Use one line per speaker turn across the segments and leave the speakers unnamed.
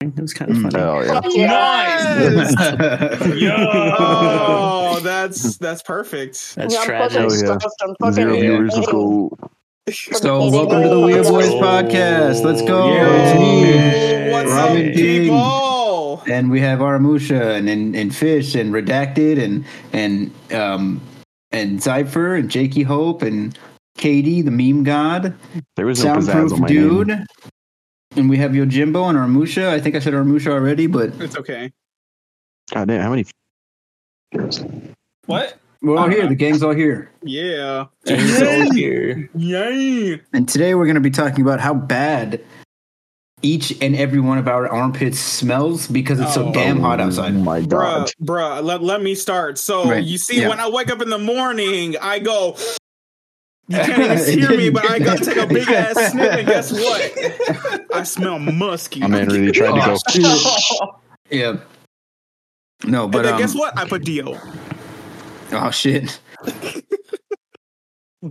It was kind of
Mm,
funny.
Oh,
Yes!
Yo!
oh, that's that's perfect.
That's
I'm
tragic.
fucking
Oh,
stressed.
yeah.
I'm fucking
Zero
Yeah.
viewers is
hating.
cool.
So, welcome to the Weird Boys podcast. Let's go.
Yeah.
Yo, what's
Ramen
up,
King.
people?
And we have Aramusha and, and and Fish and Redacted and and um and Cypher and Jakey Hope and Katie, the meme god,
There was no pizzazz on
soundproof
my
dude.
dude.
And we have Yojimbo and Aramusha. I think I said Aramusha already, but
It's okay.
God damn, how many?
What?
we're all here. The gang's all here.
Yeah.
James over here.
Yay.
And today we're going to be talking about how bad each and every one of our armpits smells because it's so
Oh.
damn hot
Oh
outside.
my
Bruh,
god.
bruh, let, let me start. So
Right.
you see,
Yeah.
when I wake up in the morning, I go, you can't even hear me, but I go take a big ass sniff, and guess what? I smell musky.
My man really tried to go.
Yeah. No,
and
but
then
um,
guess what? I put Dio.
oh shit.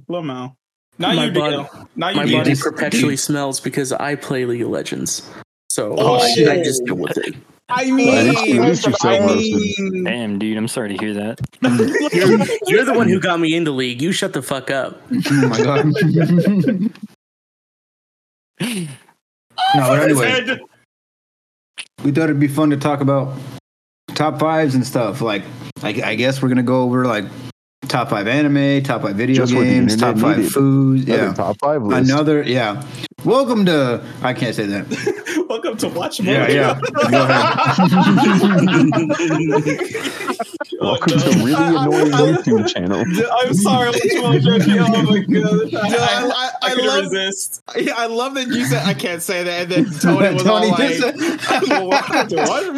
Lil Mal. Not
My
you, Dio. Not you,
My
Dio.
body
just-
perpetually smells because I play League of Legends. So
Oh,
I,
shit.
I just deal with it.
I
At
mean,
least- at least you're
I
so roasted.
mean,
Damn, dude, I'm sorry to hear that.
You're, you're the one who got me into League. You shut the fuck up.
Oh my god. no, but anyway, we thought it'd be fun to talk about top fives and stuff. Like, I, I guess we're gonna go over like top five anime, top five video
Just what the
games, top
internet
five
needed.
foods.
Yeah.
Yeah,
Top five list.
another. Yeah, welcome to. I can't say that.
welcome to Watch
Yeah, yeah. Go ahead.
Oh,
Welcome to a really annoying YouTube channel.
I'm sorry, I'm Oh my god, I, I, I, love,
resist.
yeah, I love that you said I can't say that, and then Tony was all like,
did say-
Well, welcome to Watch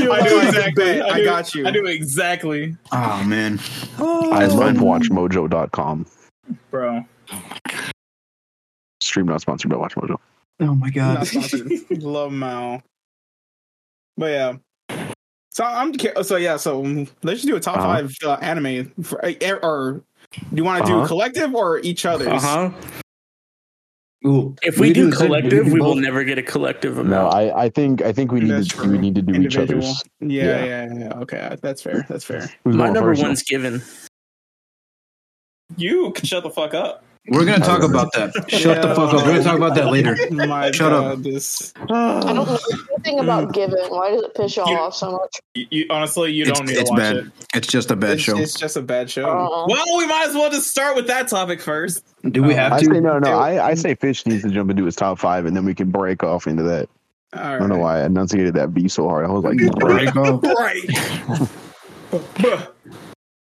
Mojo. I knew exactly. I,
knew-
got you,
I knew exactly,
oh man,
I love WatchMojo.com.
bro.
Stream not sponsored by WatchMojo.
oh my
Not
god.
sponsored. Love Mal. But yeah. So I'm so yeah. So mm, let's just do a top
Uh-huh.
five uh, anime for, eh, or do you want to
Uh-huh.
do collective or each other's?
Uh huh.
Ooh,
If we, do,
the same-
collective,
can
we will
both-
never get a collective
No,
amount.
I, I think I think we need
That's
to
true.
we need to do each
Individual.
other's.
Yeah,
Yeah.
yeah, yeah, Okay, that's fair. That's fair.
Who's
My
going
number
first?
one's given.
You can shut the fuck up.
We're gonna talk about that. Shut the fuck up. We're gonna talk about that later.
My
Shut
God,
up.
This.
I don't know anything about Given. Why does it piss y'all
You-
off so much?
You, you- honestly, you
It's-
don't need to
it's
watch
bad.
it.
It's just a bad
It's,
show.
it's just a bad show.
Uh-uh.
Well, we might as well just start with that topic first.
Do we have
Um, I
to?
say no, no. I,
Mm.
I say Fish needs to jump into his top five, and then we can break off into that. I
All
don't know
right.
why I enunciated that B so hard. I was like, break.
Break off.
Right. Bruh,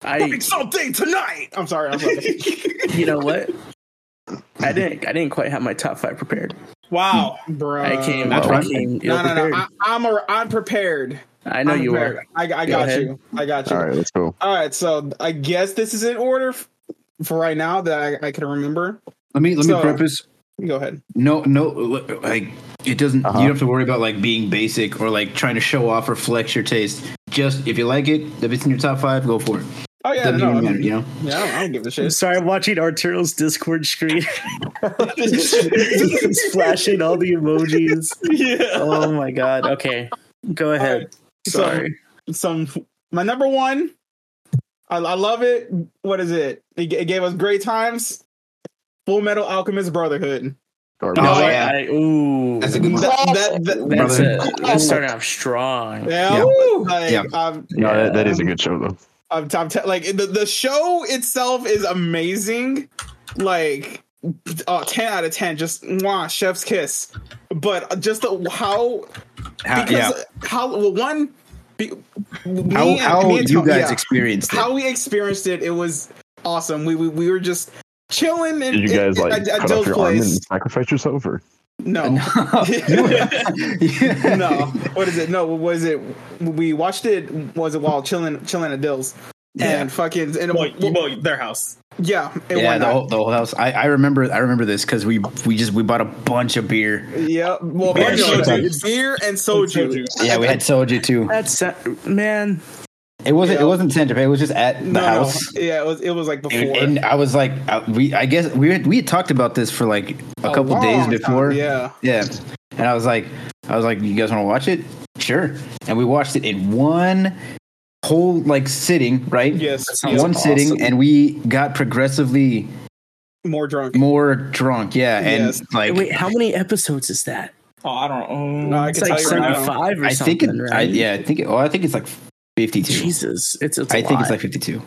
I,
it's all day tonight. I'm sorry. I'm sorry.
you know what? I didn't. I didn't quite have my top five prepared.
Wow.
Bro,
I came.
that's
I
fine.
came.
Uh, No, no, no.
ill-prepared.
I, I'm a, I'm prepared.
I, know
I'm
you
prepared.
were.
I, I
Go
got
ahead.
you. I got you.
All right, let's go.
All right, so I guess this is in order f- for right now that I, I can remember.
Let me let me
So-
preface.
Go ahead.
No, no, like it doesn't.
Uh-huh.
You don't have to worry about like being basic or like trying to show off or flex your taste. Just if you like it, if it's in your top five, go for it.
Oh yeah,
Doesn't
no,
even
I,
matter,
mean,
you know.
yeah, I, don't, I don't give a
I'm
shit.
sorry, I'm watching Arturo's Discord screen. He's flashing all the emojis.
yeah.
Oh my god. Okay. Go ahead.
So, some my number one. I, I love it. What is it? It, g- it gave us great times. Full Metal Alchemist Brotherhood.
Garbage.
Oh,
No, I-
yeah.
I, ooh.
That's a good
That,
one.
that, that,
That's
Brother.
it. We're starting off strong.
yeah,
Yeah.
woo, like, um,
Yeah.
I'm,
No, that, that is a good show though.
I'm top ten. Like the, the show itself is amazing. Like oh, 10 out of ten, just mwah, chef's kiss. But just the, how
How,
because
yeah,
how well one be, me
how
and-
how
me and
you
Tony-
guys
yeah,
experienced it?
how we experienced it it was awesome. We we, we were just chilling and
Did you guys like
at, at
cut off
Joe's
your arm
place.
and sacrifice yourself? Or
No.
You were- yeah.
no, what is it? No, what is it? We watched it. Was it while chilling, chilling at Dill's, and fucking, and
Well, you- well, their house.
yeah, and
Yeah, the
whatnot.
whole, the whole house. I, I remember I remember this because we we just we bought a bunch of beer.
Yeah, well,
Beer
beer,
and
and
soju.
soju. beer and soju.
Soju.
Yeah, we had soju too.
That's man.
It wasn't.
Yeah.
It wasn't Santa Fe. It was just at the
No, no.
house.
yeah, it was it was like before.
And, and I was like, I, we. I guess we had, we had talked about this for like a, couple
long
days
time,
before.
yeah.
Yeah. And I was like, I was like, you guys want to watch it? Sure. And we watched it in one whole like sitting, right?
Yes.
sounds
yes.
One
awesome.
sitting, and we got progressively
More drunk.
more drunk. Yeah, and
Yes.
like
Wait, how many episodes is that?
Oh, I don't know.
No, I
It's
can
like
tell you right now.
seventy-five or
I
something,
think, it,
right?
I, yeah, I think. It, well, I think it's like fifty-two.
Jesus, it's, it's a
I think it's
lot.
like fifty-two.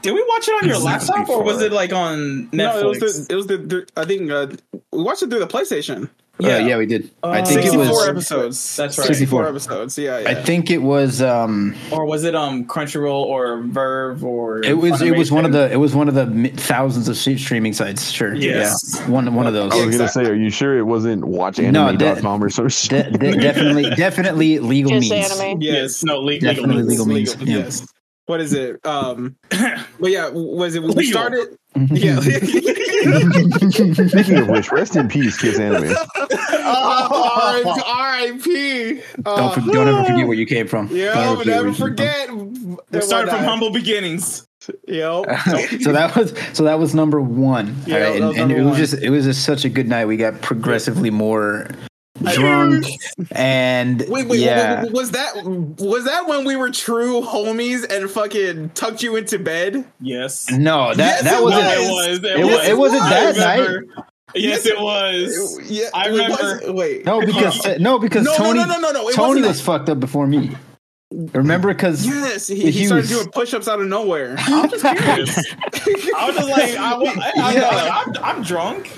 Did we watch it on your
It's
laptop or was
before.
it like on Netflix?
No, it was the it was the, the I think uh, we watched it through the PlayStation.
Uh, Yeah, Oh, yeah, we did. I think it
64
was.
episodes.
That's right.
64.
episodes. Yeah, yeah.
I think it was. Um,
or was it um Crunchyroll or Verve or
it was. It was one of
Funimation?
the. It was one of the mi- thousands of sh- streaming sites. Sure.
Yes.
Yeah. One. One of those.
Oh,
I was gonna say, are you sure it wasn't
No, that-
watchanime.com or some shit?
De- de- definitely. Definitely legal
Just
means.
anime.
Yes, no, le- legal.
Definitely
means.
legal means.
Legal,
yeah.
Yes. What is it? Um, but yeah, was it when we
Legal.
started? Yeah.
Speaking of which, rest in peace, Kiss Anime.
oh, R.I.P.
Don't, for- don't ever forget where you came from. Don't
Uh, Yeah,
ever
we
forget where
never
you came from.
forget.
We started from
Whatnot.
humble beginnings.
Yep.
so that was so that was number one.
Yeah,
all right?
that
and,
was
and
number
it was
one.
just it was just such a good night. We got progressively more drunk and
Wait, wait,
yeah.
wait, wait, wait, was that was that when we were true homies and fucking tucked you into bed?
Yes,
No, Oh, that
Yes,
that
it
wasn't.
was.
It,
It was.
wa-
was.
it wasn't
I
that night.
remember. Yes, it was.
Yeah,
I
it was-
remember.
Wait,
No, because no, because
No, no,
Tony
no, no, no, no, it
Tony
wasn't
was
that.
fucked up before me. Remember, because
yes, he, he started
Hughes.
doing push-ups out of nowhere.
I'm just curious. I was just like, I, wa- I, I, am I'm drunk.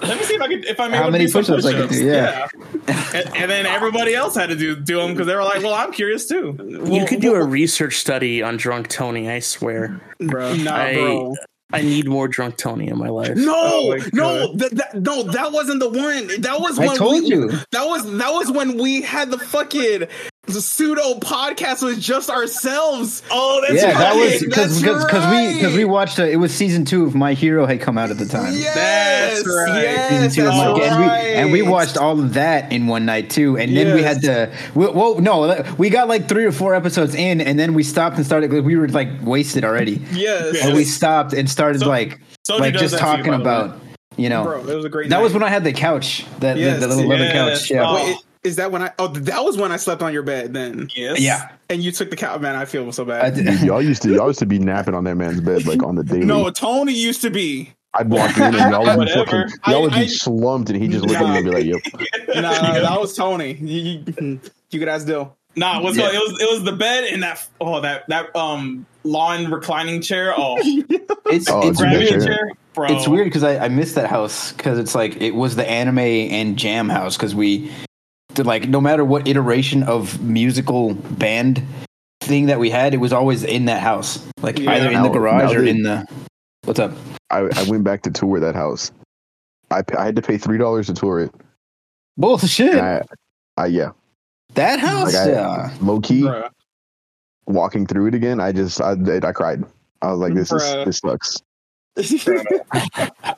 Let me see if I could, if I'm
How
able
many
to do some
push-ups I could do, yeah.
Yeah. And, and then everybody else had to do do them because they were like, well, I'm curious too.
you could do a research study on drunk Tony. I swear,
bro. Nah,
I-
bro.
I need more drunk Tony in my life.
No,
my
no, that, that, no, that wasn't the one. That was
Oh I
when
told
we-
you.
That was that was when we had the fucking the pseudo podcast was just ourselves.
Oh, that's
yeah,
right.
that was
right,
because
that's
because we because we
right.
watched uh it was season two of My Hero had come out at the time.
Yes,
right.
yes,
Season two of
that's
My-
right.
and, we, and we watched all of that in one night too. And then we had to. We, whoa, no, we got like three or four episodes in, and then we stopped and started. We were like wasted already,
Yes,
and we stopped and started like
Soju
like
does
just
that to you,
talking
by the way.
about you know.
bro, it was a great.
That
night.
was when I had the couch, that the-
Yes,
the, little leather
yes.
couch. Yeah,
Oh.
Wait, i- is that when I? Oh, that was when I slept on your bed then,
Yes.
yeah.
and you took the cow. Man, I feel so
I
bad.
did.
Y'all used to y'all used to be napping on that man's bed like on the daily.
No, Tony used to be.
I'd walk in and y'all would be
Whatever.
fucking y'all would be
I- I-
slumped and he just look at me and be like, "Yep."
Nah, that was Tony. You, you, you could ask Dill.
Nah, what's
Yeah.
going? It was it was the bed and that oh that that um lawn reclining chair. Oh,
It's
Oh,
it's weird.
dude,
grabbing a
chair.
chair, bro.
It's weird because I, I missed that house because it's like it was the anime and jam house because we did like no matter what iteration of musical band thing that we had, it was always in that house, like
Yeah.
either in the
Now-
garage
now
or
they-
in the. What's up?
I, I went back to tour that house. I, pa- I had to pay three dollars to tour it.
Bullshit!
And I, I yeah,
that house.
Like I-
yeah.
low key
Bruh.
walking through it again. I just I I cried. I was like, "This is
Bruh.
this sucks."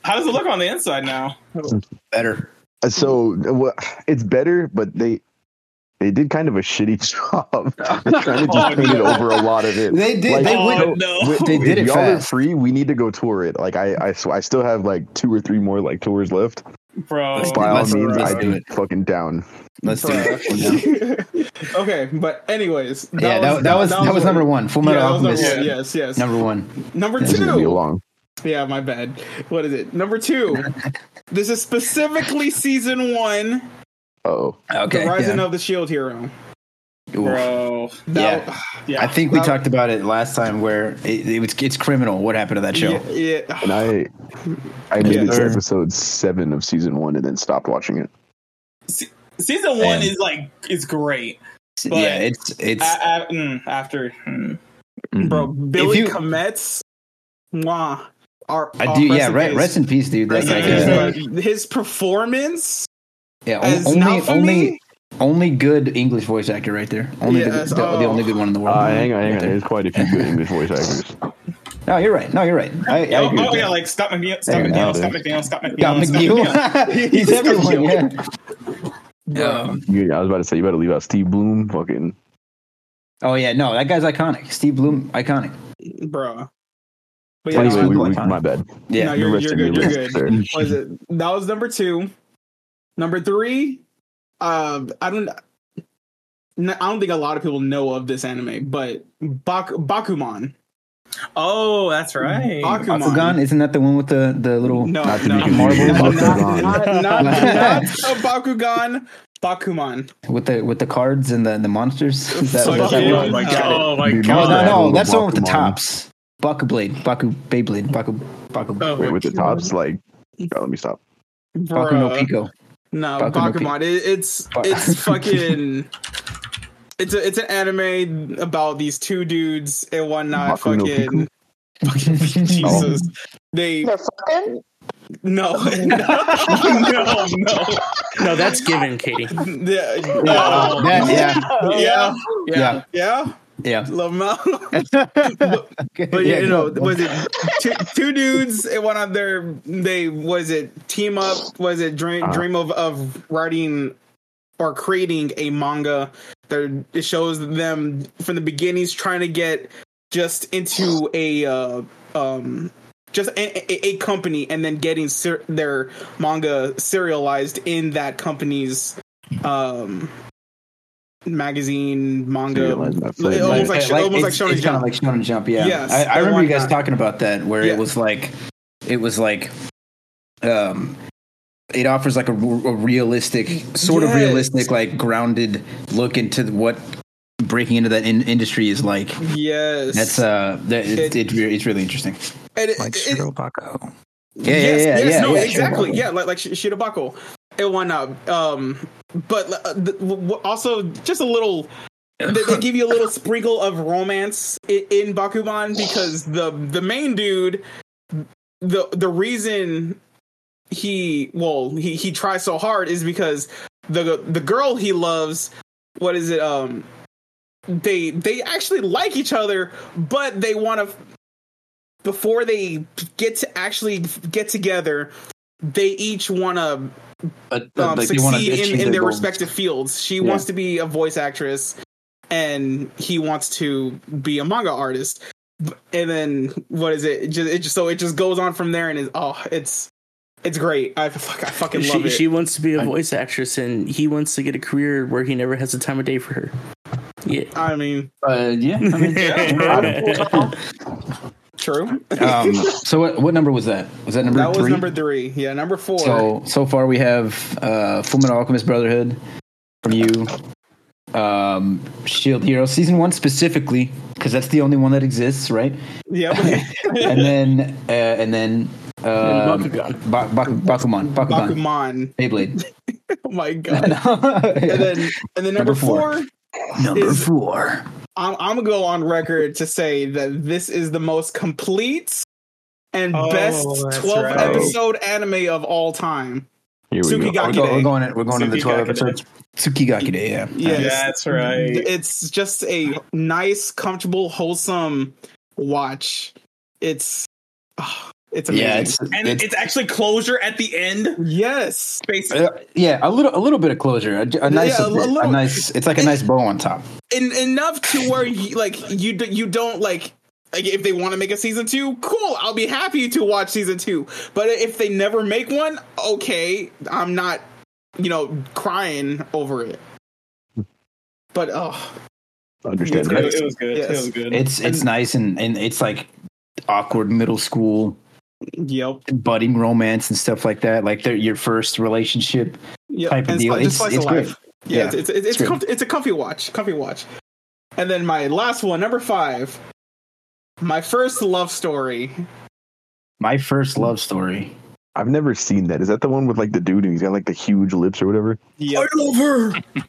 How does it look on the inside now?
better.
Uh, So well, it's better, but they they did kind of a shitty job. They're trying to just paint it over a lot of it.
Oh, They did.
Like,
they
oh,
went.
no.
They did
if
it
y'all
fast.
are free, we need to go tour it. Like I, I, sw- I still have like two or three more like tours left.
bro.
Let's
By all
let's-
means,
let's
I
do
do
it.
it. Fucking down.
Let's do it.
okay, but anyways, that
yeah, that, that was that was number one. Full
Yeah,
Metal
that was number
Alchemist.
one. Yes, yes.
Number one.
Number
This is gonna be
two.
long.
Yeah, my bad. What is it? Number two. this is specifically season one,
Oh,
Okay.
the rising
yeah.
of the shield hero.
Ooh.
bro.
That-
Yeah.
Yeah.
I think we
That-
talked about it last time where it, it was, it's criminal what happened to that show.
yeah, yeah.
and I, I made it
Yeah.
to episode seven of season one and then stopped watching it.
Season one
And-
is like is great.
Yeah,
But-
it's it's Mm-hmm.
A- a- mm, after mm.
bro. Billy
you-
Kometz, mwah. Our,
I
our
do yeah,
in
right,
peace.
rest in peace dude. That's
Rest in
like
peace,
uh,
but his performance
yeah, on-
as
only
not for
only
me?
only good English voice actor right there. Only the,
Yes,
the, the
oh.
only good one in the world.
Uh, hang on, hang
Right
on.
there.
There's quite a few good English voice actors.
No, you're right. No, you're right. I, I
Oh,
agree.
oh,
with
yeah,
that.
like Scott McNeil, Scott
Yeah,
McNeil,
nowadays.
Scott McNeil, Scott McNeil,
Got
Scott McNeil.
McNeil. He's everyone. Yeah. Um,
You- I was about to say you better leave out Steve Bloom. Fucking
Oh yeah, no, that guy's iconic. Steve Bloom, iconic.
bro. But yeah,
Anyway,
it's
we,
like
we-
time.
my bad.
Yeah.
No, you're,
You're
you're
listing
good.
your
You're
list,
good.
sir.
Was it? That was number two. Number three. Um, I don't. n- I don't think a lot of people know of this anime, but Bak- Bakuman.
Oh, that's right.
Bakuman.
Bakugan, isn't that the one with the the little?
No,
Not to be
no,
confused with
not,
Bakugan.
not, not, not a Bakugan. Bakuman.
with the with the cards and the, the monsters. Is that,
Fuck
is that
you.
one?
Oh my
god. Oh my
Dude,
No,
god.
no, no,
Little
that's the one with the
Bakuman.
tops. Baku blade, Baku Beyblade, Baku Baku
Oh,
Wait, with the tops, like, bro, let me stop.
Baku no
Bruh.
Pico.
No,
Bakuman P-
Bakuman. It, it's
Ba-
it's fucking. It's a, it's an anime about these two dudes and whatnot.
Bakuman no
fucking
Piku?
Jesus, they
They're fucking.
no no
no, no.
No, that's given, Katie.
yeah
Oh,
Yeah, yeah,
yeah
yeah,
yeah
yeah.
love 'em out. But yeah, you know, was it two, two dudes and one of their they was it team up? Was it dream
Uh-huh.
dream of of writing or creating a manga? There it shows them from the beginnings trying to get just into a uh, um just a, a, a company and then getting ser- their manga serialized in that company's um magazine manga
Serialized,
almost
absolutely.
like, almost like
it's,
Shonen
kind
Jump.
of like Shonen Jump. Yeah,
Yes,
I, I
the
remember
one
you guys
that-
talking about that, where
Yeah.
it was like, it was like, um, it offers like a, r- a realistic, sort of
Yes.
realistic, like grounded look into what breaking into that in- industry is like.
yes
That's uh, that, it,
It-
it, re it's really interesting.
And it-
Like
it-
Shiro Bako.
Yeah, yeah, yeah,
yes, yes,
yeah,
no,
yeah,
exactly,
Shirobako.
yeah, like like Sh- Shirobako and whatnot. Um, but uh, the, w- w- also just a little, they, they give you a little sprinkle of romance in, in Bakuman because the the main dude, the the reason he well he he tries so hard is because the the girl he loves, what is it? Um, they they actually like each other, but they want to before they get to actually get together, they each want to
But,
um,
like, they wanna
succeed
achieve
in, in their
goals.
respective fields. She
Yeah.
wants to be a voice actress, and he wants to be a manga artist. B- And then what is it? it just, it just so it just goes on from there, and it's oh, it's it's great. I, fuck, I fucking love
She,
it.
she wants to be a voice actress, and he wants to get a career where he never has a time of day for her. Yeah.
I mean,
Uh, yeah, I mean,
true.
um, so what, what number was that? Was that number
that
three?
was number three. Yeah, number four.
So so far we have uh, Fullmetal Alchemist Brotherhood from you, um, Shield Hero season one specifically because that's the only one that exists, right?
yep.
And then uh, and then um,
Bakugan.
Ba- Baku- Bakuman, Bakugan,
Bakuman.
Beyblade.
Oh my god. And then and then number,
Number four.
four
number
is-
four.
I'm, I'm gonna go on record to say that this is the most complete and
Oh,
best
that's
12
right.
episode anime of all time.
Here we go.
We're,
Tsukigaki
go- we're
Day.
going. We're going to the twelve
Tsukigaki Day.
episodes. Tsukigaki Day, yeah.
Yes,
That's right.
it's just a nice, comfortable, wholesome watch. It's ah, it's amazing.
Yeah, it's,
And
it's-
it's, actually closure at the end.
yes,
Basically,
Uh, yeah, a little, a little bit of closure. A, a nice,
Yeah, a
a,
li- little-
nice. It's like a nice bow on top.
En- enough to where you, like you d- you don't like. Like if they want to make a season two, cool. I'll be happy to watch season two. But if they never make one, okay, I'm not, you know, crying over it. But oh,
Understand
it,
that.
was- it was good. It
Yes.
was good.
It's it's nice and and it's like awkward middle school
yep,
budding romance and stuff like that. Like their your first relationship.
yep.
Type of deal.
slice-
It's-
slice of
it's great.
Yeah,
Yeah,
it's it's it's, it's,
it's
comf- it's a comfy watch, comfy watch. And then my last one, number five, my first love story.
My first love story.
I've never seen that. Is that the one with like the dude and he's got like the huge lips or whatever?
Yep,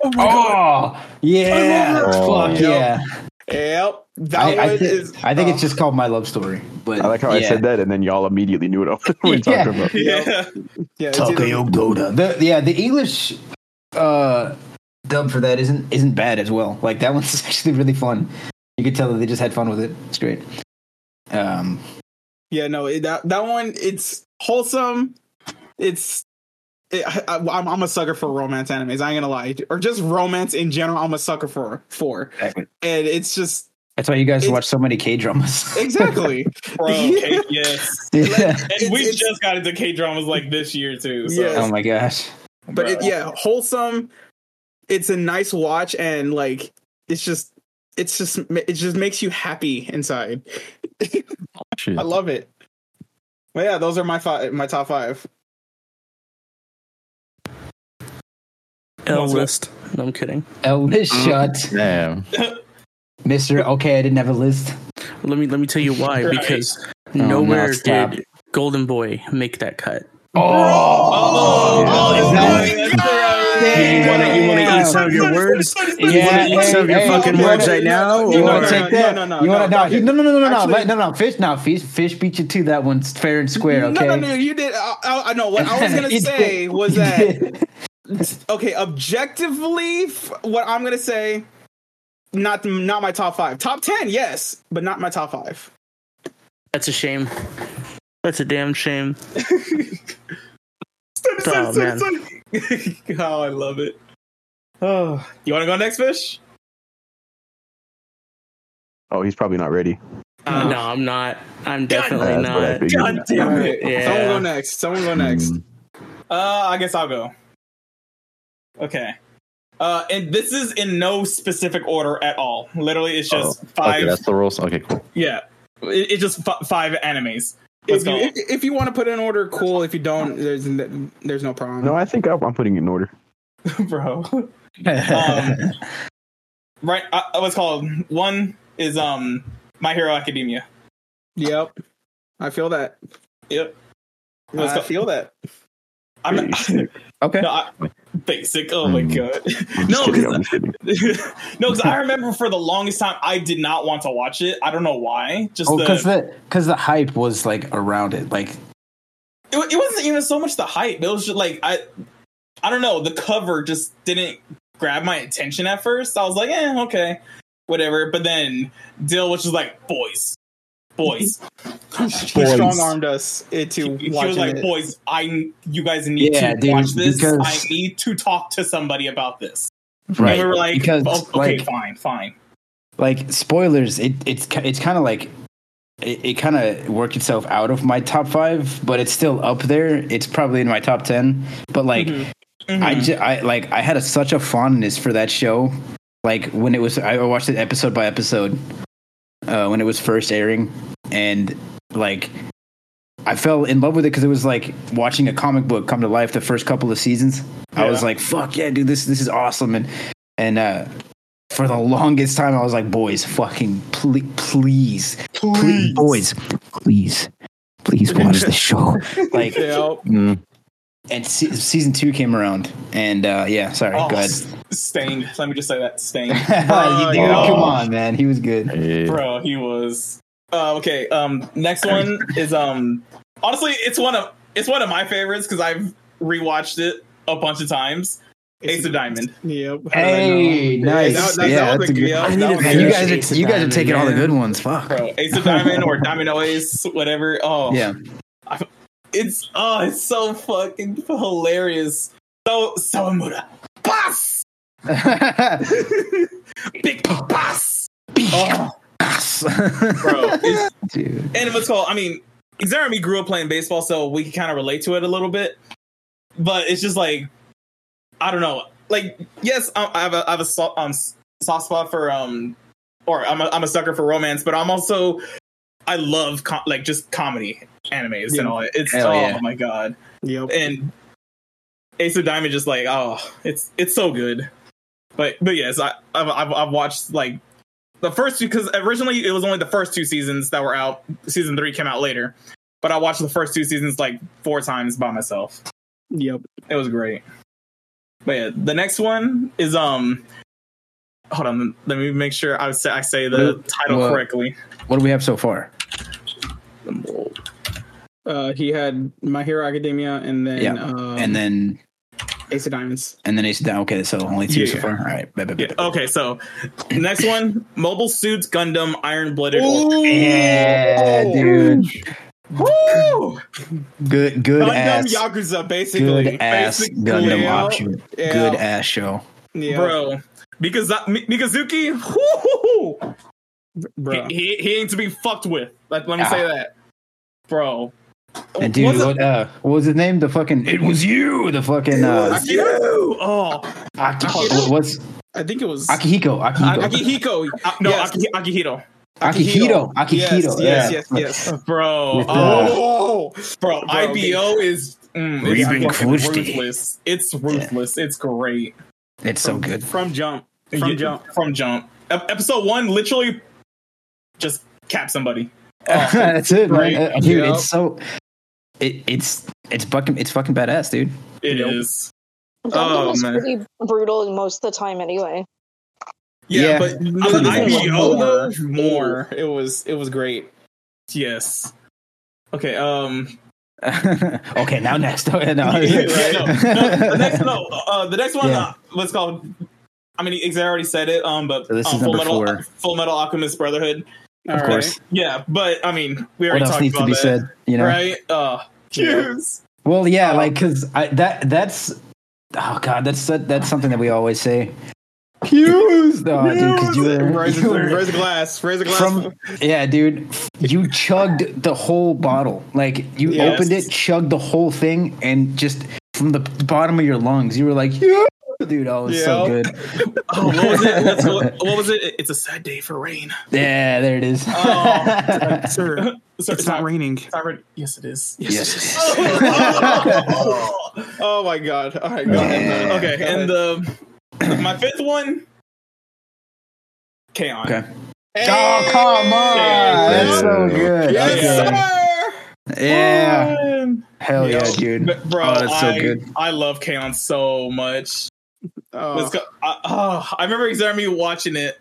Oh yeah,
Oh,
fuck
yeah.
yeah.
yep. That
I,
one
I, thi-
is.
I think
uh,
it's just called my love story. But
I like how I
yeah.
said that, and then y'all immediately knew what we were
Yeah.
talking about.
Yeah. yeah, it's either-
Takayo Goda. The, yeah, the English uh, dub for that isn't isn't bad as well. Like that one's actually really fun. You could tell that they just had fun with it. It's great. Um,
Yeah, no, it, that that one it's wholesome. It's
it, I, I'm, I'm a sucker for romance animes. I ain't gonna lie, or just romance in general. I'm a sucker for for,
Exactly.
and it's just
That's why you guys
It's-
watch so many Oh K dramas.
exactly.
Bro, K- yes.
yeah.
And we
It's-
just got into K dramas like this year too. So,
Yes.
Oh my gosh.
but
bro.
it, yeah, wholesome. It's a nice watch, and like it's just it's just it just makes you happy inside.
Shit.
I love it. Well, yeah, those are my five, my top five.
L
What's
list. No, I'm kidding.
L list shot.
Damn.
Mister, okay, I didn't have a list.
Let me let me tell you why.
Right.
Because
Oh, no,
nowhere
stop.
did Golden Boy make that cut.
Oh, oh,
yeah.
that's right.
Damn.
You wanna- you want to eat some of your words? You want to eat some of your
hey,
fucking
hey,
words
hey,
right now?
You want
or-
to
no,
take
no,
that?
no, no,
you
no,
want to?
fuck
No,
it.
no, no, no, no, no,
Actually-
no, no. Fish, no, fish, fish beat you to that one's fair and square. Okay.
No, no, no, you did. I, I, I know what I was gonna
You
say
did.
was
You
that
did.
okay. Objectively, f- what I'm gonna say, not not my top five, top ten, yes, but not my top five.
That's a shame. That's a damn shame.
Oh,
Oh, man.
I love it. Oh, you want to go next, fish?
Oh, he's probably not ready.
Uh, no, I'm not. I'm
That's
definitely
what I
not.
figured.
God damn it!
Yeah.
Someone go next. Someone go next.
Mm.
Uh, I guess I'll go. Okay. Uh, and this is in no specific order at all. Literally, it's
Oh,
just five.
Okay, that's the rules. Okay, cool.
yeah, It- it's just f- five animes. Let's
If you,
go.
if, if you want to put it in order, cool. If you don't, there's n- there's no problem.
No, I think I'm, I'm putting it in order.
bro. um, right, uh, what's called one is um My Hero Academia.
Yep, I feel that.
Yep. Let's
I
go.
feel that.
I'm
Pretty sick.
okay.
no, I- basic. Oh my
Mm.
god.
I'm just
no,
kidding.
'cause-
I'm just kidding.
no, because I remember for the longest time I did not want to watch it. I don't know why. Just
Oh,
the,
because the because the hype was like around it. Like
it, wa- it wasn't even so much the hype. It was just like I, I don't know. The cover just didn't grab my attention at first. I was like, eh, okay, whatever. But then Dill was just like, boys, boys.
He strong armed us into
He was
watching
like,
it.
boys, I, you guys need
Yeah,
to
dude,
watch this.
because-
I need to talk to somebody about this.
right.
And we were like,
because
"Oh, okay,
like
fine, fine.
like spoilers. It it's ki- it's kind of like it, it kind of worked itself out of my top five, but it's still up there. It's probably in my top ten. But like I,
Mhm.
ju- I like I had a, such a fondness for that show. Like when it was, I watched it episode by episode uh, when it was first airing, and like I fell in love with it because it was like watching a comic book come to life. The first couple of seasons, I was
Yeah.
like, "Fuck yeah, dude! This this is awesome!" And and uh, for the longest time, I was like, "Boys, fucking please, please, please boys, please, please watch the show!" Like
Yep.
Mm.
and se- season two came around, and uh, yeah, sorry,
Oh,
go ahead.
s- stained. Let me just say that stained.
Oh,
You- dude,
yo.
come on, man, he was good.
Yeah.
bro he was uh, okay um next one is um honestly it's one of it's one of my favorites because i've rewatched it a bunch of times ace of diamond
Yep.
Hey, nice.
That, that,
yeah,
that was
that's
a
a good.
yeah,
I
that
need
was
to
a
Man,
finish
you
good-
guys
Ace
are
of
you guys are
Diamond,
taking all the
man.
good ones. Fuck.
bro ace of diamond or diamond ace whatever oh
Yeah.
it's oh it's so fucking hilarious so so muda pass big pass oh, bro it's
Dude.
and what's called i mean jeremy grew up playing baseball so we can kind of relate to it a little bit but it's just like i don't know like yes i, I have a, I have a so, um, s- soft spot for um or I'm a, I'm a sucker for romance but i'm also i love com- like just comedy animes and all that. it's
Hell
oh
yeah.
my god
Yep.
and ace of diamond just like oh it's it's so good but but yes i i've, I've, I've watched like the first two because originally it was only the first two seasons that were out. Season three came out later, but I watched the first two seasons like four times by myself.
Yep.
It was great. But yeah, the next one is um. Hold on, let me make sure I say I say the
What-
title
what-
correctly.
What do we have so far?
Uh, he had My Hero Academia and then
Yeah.
um,
and then
Ace of Diamonds.
and then Ace down. Okay, so only two
Yeah,
so
yeah.
far. All right. Bet, bet,
Yeah,
bet.
okay, so next one: Mobile Suits Gundam Iron Blooded.
Yeah, dude.
Woo!
Good, good
Gundam
ass,
Yakuza, basically.
good ass
Basically,
Gundam
yeah.
option.
Yeah.
Good ass show.
Yeah.
bro. Because Mi- Mikazuki, whoo,
Bro.
He, he he ain't to be fucked with. Like, let me
Ah.
say that, bro.
And dude,
What's it-
what, uh, what was his name? The fucking it was you. The fucking uh,
Akira? Oh,
Aki,
Akihiro?
what's
I think it was
Akihiko? Akihiko.
Akihiko. Uh, no,
Yes.
Aki, Akihiro.
Akihito.
Yes, yes,
Akihito. yeah.
yes, yes.
Bro.
With, uh,
Oh, bro.
Bro,
IBO is. Mm, it's
Reben
fucking
Christie.
ruthless. It's ruthless. It's great.
It's so good.
From Jump.
From
Yeah.
jump. From jump. Ep- episode one, literally, just cap somebody. Oh.
That's it,
Right.
man. Uh, dude,
Yep.
it's so it, it's it's fucking it's fucking badass, dude.
It is.
Yep.
Oh,
Gundam is
man.
pretty brutal most of the time, anyway.
Yeah,
Yeah.
but
But
Could've
I-
been
IBO
more.
though,
more.
more.
It was it was great.
Yes. Okay. Um.
okay, now next. no,
yeah, no, no, the next, no, uh, the next one.
Yeah.
Uh, what's called? I mean, Xavier already said it. Um, but
So this
um,
is number
Full Metal,
four.
Full Metal Alchemist Brotherhood.
All
Of
right.
course.
Yeah, but I mean, we already
What else
talked
needs
about
to be
that,
said? You know.
right? Uh, yes.
Well, yeah,
Um,
like 'cause like because that that's oh god, that's that, that's something that we always say. Hughes, oh, dude, 'cause you were-
Raise,
you
a,
were-
raise a glass. Raise a glass.
from yeah, dude, you chugged the whole bottle. Like you
Yes.
opened it, chugged the whole thing, and just from the bottom of your lungs, you were like, yeah. Dude, oh, it's so
Yeah.
good.
Oh, what was it? Let's go. What was it? It's a sad day for rain.
Yeah, there it is.
Oh. Sir,
it's not raining.
It's not rain. Yes, it is.
yes.
Oh my god. All right, go ahead.
Yeah.
Okay, and the my fifth one. K-On.
Okay. Oh, come on. That's so good.
Yes,
Okay.
sir.
Yeah. Hell yeah,
Yo,
dude.
But bro,
Oh, that's so
Oh, I,
good.
I love K-On so much.
Oh.
Let's go. I, oh, I remember Xermi watching it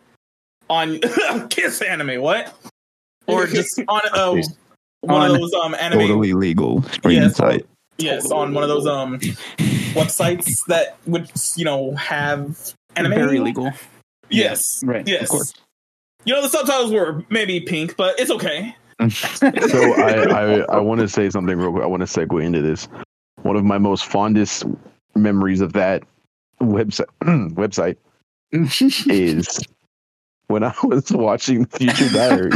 on Kiss Anime, what? Or just on uh,
Please.
one
On
of those um anime
Totally legal. Spring
Yes.
inside.
yes, on one of those um websites that would you know have anime
Very legal.
Yes.
Right.
Yes.
Of course.
You know the subtitles were maybe pink, but it's okay.
so I, I, I want to say something real quick. I want to segue into this. One of my most fondest memories of that website website is when I was watching Future Diary,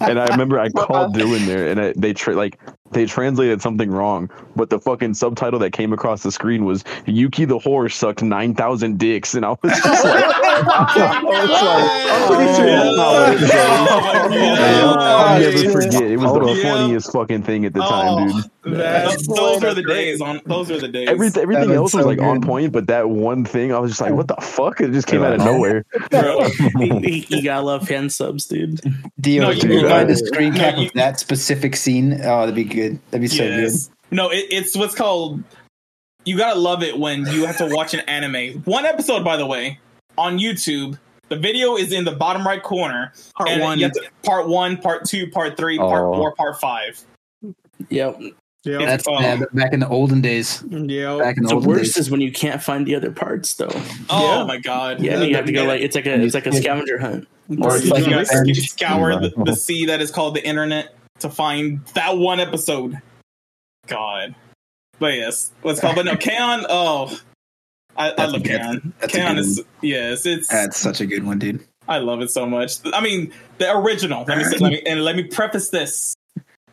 and I remember I called Dylan there, and I, they tra- like they translated something wrong, but the fucking subtitle that came across the screen was "Yuki the horse sucked nine thousand dicks," and I was just
Oh,
like, I was like, I'm pretty sure that's not what it said.
Oh my
I'll
God.
never
yeah.
forget. It was the
Yeah.
funniest fucking thing at the time, dude.
That's- those are the days. On those are the days.
Every, everything
That was
else was
so
like on
good.
point, but that one thing, I was just like, "What the fuck?" It just came out of
Yeah.
nowhere.
Bro.
you, you gotta love fan subs, dude.
Dio,
No,
if
you-
you
no,
find
you-
the screen
no,
cap
you-
of that specific scene, oh, that'd be good. That'd be so
Yes. No, it, it's what's called. You gotta love it when you have to watch an anime. One episode, by the way, on YouTube. The video is in the bottom right corner.
Part
and
one.
you have to- part one, part two, part three, part
Oh.
four, part five.
Yep.
good.
Yeah.
That's
Oh.
yeah, but back in the olden days.
Yeah.
Back in the,
The
olden days.
worst is when you can't find the other parts, though.
Oh
Yeah.
my god!
Yeah, and you have to go like it's like a it's like a
Yeah.
scavenger hunt.
or it's
You
like
gotta
revenge.
sc- scour the, the sea that is called the internet to find that one episode. God, but yes, let's call. But no, Kaon. Oh, I, I
That's
love
a good-
Kaon.
that's a
Kaon
good
is yes, it's
That's such a good one, dude.
I love it so much. I mean, the original. Let me, say, let me and let me preface this: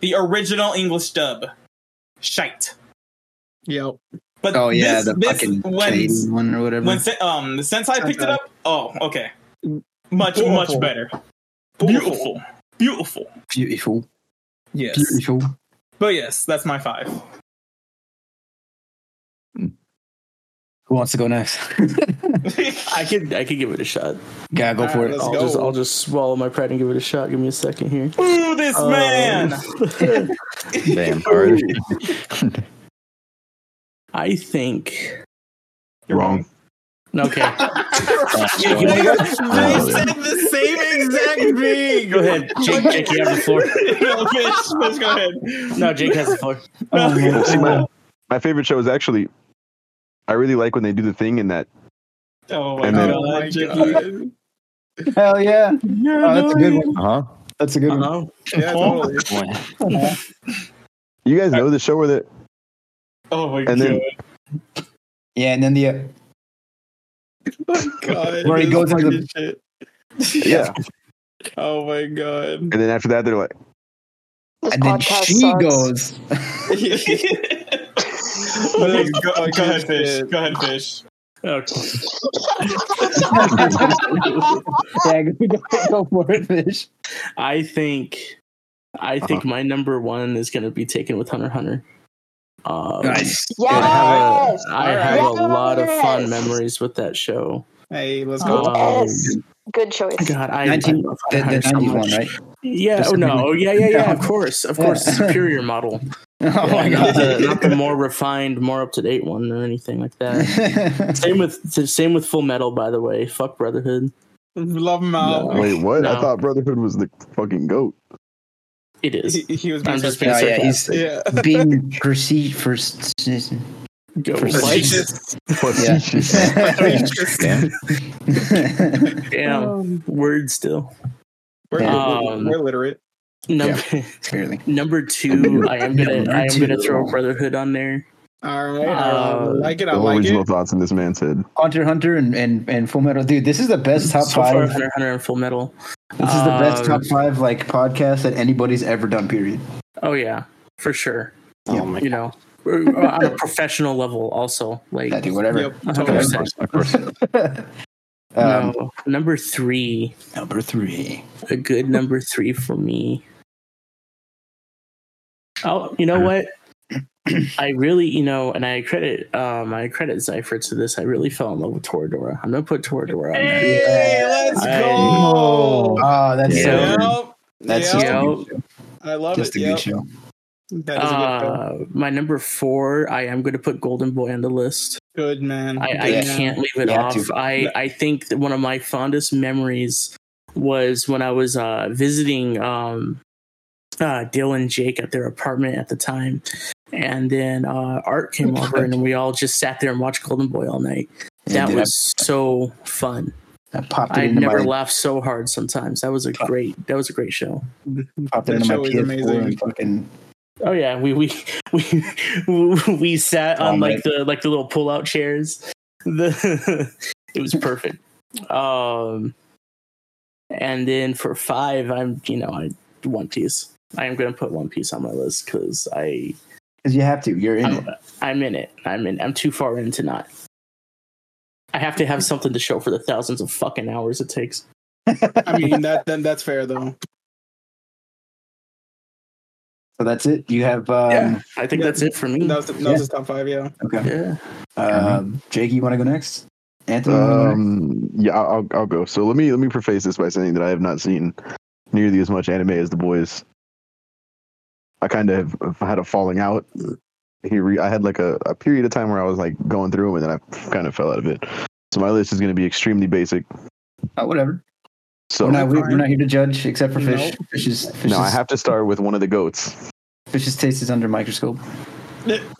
the original English dub, shite.
Yeah.
But
Oh yeah,
this,
the
this
fucking
when
Canadian one or whatever.
when Sen- um the Sensei picked it up. Oh, okay, much
Beautiful.
much better. Beautiful, beautiful.
beautiful,
Yes,
beautiful.
but yes, that's my five.
Who wants to go next?
I could I could give it a shot.
Gotta go for it.
Let's
I'll
go.
just I'll just swallow my pride and give it a shot. Give me a second here.
Ooh, this man.
Um,
Damn. Already.
I think.
Wrong.
Okay.
They said the same exact thing.
Go ahead, Jake. Jake, you have the floor.
no, Fish, Fish, go ahead.
No, Jake has the floor.
Well, see, my, my favorite show is actually. I really like when they do the thing in that.
Oh my
And then-
god,
Oh my
Jake,
God.
you-
Hell yeah! Oh, that's a good one.
Huh?
That's a good one.
Oh, yeah, totally.
You guys know the show where the
Oh my
and then
Yeah, and then the uh,
Oh god.
Where he
this
goes on the-
fucking shit.
yeah,
Oh my god.
and then after that they're like,
This
and then
podcast
she
sucks.
goes.
Liz, go, go ahead, fish. Go ahead, fish.
yeah, go, go for it, Uh-huh. fish.
I think, I think my number one is going to be taken with Hunter x Hunter. Um,
Nice.
I have,
Yes.
a, I have a lot of fun
Yes. Oh,
memories with that show.
hey, let's go.
Um,
Yes. Good choice.
God, I,
19,
I love
The, the
Hunter
90s
so much.
one, right?
Yeah.
Just
Oh
something
no.
like-
Yeah. Yeah. Yeah.
No.
Of course. Of course. The
Yeah.
superior model.
Oh my god.
not, the, not the more refined, more up to date one or anything like that. Same with same with Full Metal, by the way. Fuck Brotherhood.
Love him out.
No.
wait, what?
No.
I thought Brotherhood was the fucking goat.
It is.
He, he was being
I'm just being
oh, yeah,
sarcastic.
he's
yeah.
being perceived for. s- s-
Go
Facetious.
Lights.
Yeah.
Facetious.
Damn.
Damn. Word still.
We're,
Um,
we're literate.
Number
Clearly.
number two. I am gonna
Number
I am gonna
two.
throw Brotherhood on there.
All right. I
uh,
like it. I
No
like
original
it.
thoughts in this man's head.
Hunter x Hunter and, and, and Full Metal. Dude, this is the best top
So far,
five.
Hunter x Hunter and Full Metal.
This is the best
Um,
top five like podcast that anybody's ever done. Period.
Oh yeah, for sure.
Yeah.
Oh my
You
god.
know, on a professional level, also like
Yeah, dude, whatever.
Yep.
Totally.
Okay.
Of course.
Um,
no. number three.
Number three.
a good number three for me. Oh, you know what? I really, you know, and I credit um I credit Zypher to this. I really fell in love with Toradora. I'm gonna put Toradora on there.
Hey, let's
I-
go.
Oh, that's
Yeah.
so.
Yep.
That's
Yep.
just a
Yeah.
good show.
I love
Just a
it.
good
Yep.
show.
That is a good, film.
Uh, my number four, I am gonna put Golden Boy on the list.
good man.
I, I
Yeah.
can't leave it
You have
off.
to.
I I think that one of my fondest memories was when I was uh, visiting um, uh, Dill and Jake at their apartment at the time, and then uh, Art came over and we all just sat there and watched Golden Boy all night. That
Dude, I-
was so fun.
I popped it
I
into
never
my
laughed so hard. Sometimes that was a great that was a great show.
popped it
That
into
show
my
is
PS4
amazing.
and fucking
Oh yeah, we we we we sat on like the like the little pull out chairs. The it was perfect. Um, and then for five, I'm you know I One Piece. I am going to put One Piece on my list because I
because you have to. You're in it.
I'm, I'm in it. I'm in. I'm too far in to not. I have to have something to show for the thousands of fucking hours it takes.
I mean that then that's fair though.
So that's it. You have um,
Yeah. I think
Yeah.
that's it for me.
That was that was his top five, yeah.
okay.
yeah.
Um, Jake, you want to go next?
Hmm.
Anthony, you wanna go next?
Um, yeah, I'll I'll- I'll go. So let me let me preface this by saying that I have not seen nearly as much anime as the boys. I kind of have had a falling out. He re- I had like a, a period of time where I was like going through them, and then I kind of fell out of it. So my list is going to be extremely basic.
oh, whatever.
So
we're not
no,
we, we're not here to judge except for
No.
fish. Fish's fish's,
I have to start with one of the goats.
fish's taste is under microscope.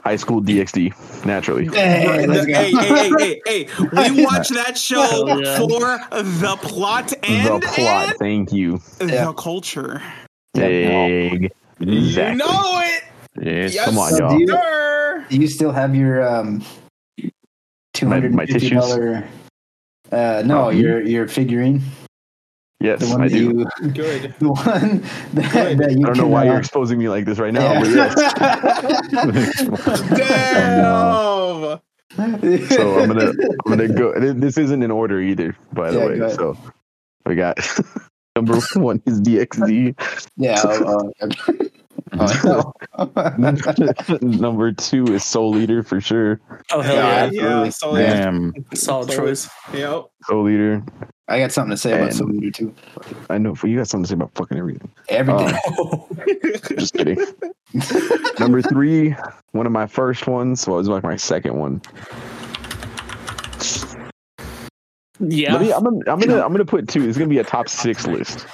High School DxD, naturally.
Hey,
The- hey, hey, hey, hey, hey, we watch that show
Hell Oh, yeah.
for the plot and
the plot. Thank you.
and
Yeah.
the culture.
Dig.
You
Exactly.
know it,
Yes,
Yes,
Come on,
so
y'all.
do you,
sir.
do you still have your um two
My-
hundred
my
and fifty
tissues?
dollar? Uh, no,
Oh.
your your figurine, the
Yes,
one
I
that
do.
you,
Good.
the one that, that you.
I don't know why
uh,
you're exposing me like this right now, but yes.
Damn.
so I'm gonna I'm gonna go. th- This isn't in order either, by the
Yeah, go
way.
ahead.
So we got number one is DXD.
Yeah. I'll, uh, oh, no.
number two is Soul Leader for sure.
Oh hell
Yeah.
yeah!
Yeah, yeah, so yeah.
Damn.
Solid
Totally.
choice.
Yep.
Soul Leader.
I got something to say about
And-
Soul Eater too.
I know you got something to say about fucking everything. Um,
Everything.
Just kidding. number three, one of my first ones. Well, it was like my second one.
Yeah.
Let me, I'm, gonna, I'm gonna I'm gonna put two. It's gonna be a top six list.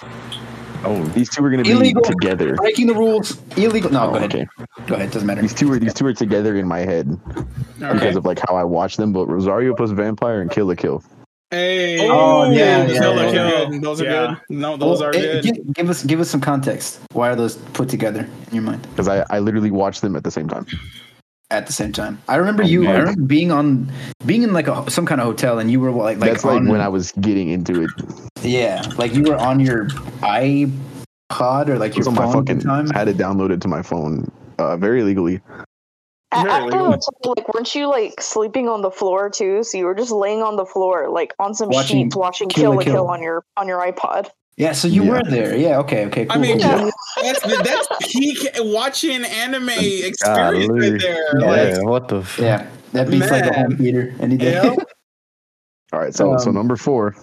Oh.
These two are gonna be
Illegal.
together.
Breaking the rules. Illegal. No, go
Oh,
ahead.
okay.
Go ahead. Doesn't matter.
These two are these two are together in my head because of like how I watch them. But Rosario plus Vampire and Kill a Kill.
Hey,
Oh, yeah,
those
yeah,
are
yeah,
good.
yeah.
Those are
Yeah.
good. No, those
Well,
are
eh,
good.
Give, give us give us some context. Why are those put together in your mind
because I, I literally watched them at the same time.
at the same time? I remember you. I remember being on being in like a some kind of hotel, and you were like like,
That's like
on-
when I was getting into it.
yeah, like you were on your iPod or like
It was
your
on my
phone at
fucking.
the time.
I had it downloaded to my phone uh, very illegally.
A-
Very
After
good.
a while, like, weren't you like sleeping on the floor too? So you were just laying on the floor, like on some
Watching
sheets, watching Kill
Kill la
a Kill
Kill.
on your on your iPod.
Yeah, so you
Yeah.
were there. Yeah, okay, okay, cool.
I mean,
cool.
Yeah.
that's that's peak watching anime experience
Golly.
right there.
Yeah, what the? F-
yeah, that beats like a home
Man.
theater any day.
Yeah.
All right, so so
Um,
number four.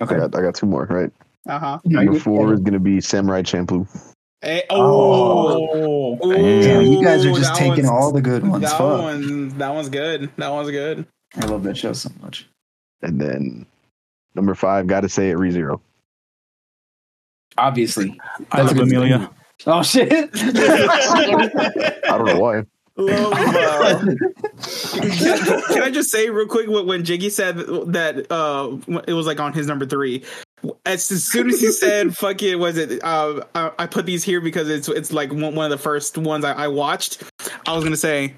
okay. Uh-huh.
I got I got two more. Right,
Uh huh.
number four is gonna be Samurai Champloo.
oh, Ooh,
Damn, you guys are just
that
taking
one's-
all the good ones.
That
Fuck.
one, that one's good. That one's good.
I love that show so much.
And then number five, gotta say it, ReZero.
Obviously.
I love Amelia.
Oh shit.
I don't know why.
can, can I just say real quick what when Jiggy said that uh it was like on his number three? As, as soon as he said "fuck it," was it? Uh, I, I put these here because it's it's like one, one of the first ones I, I watched. I was gonna say,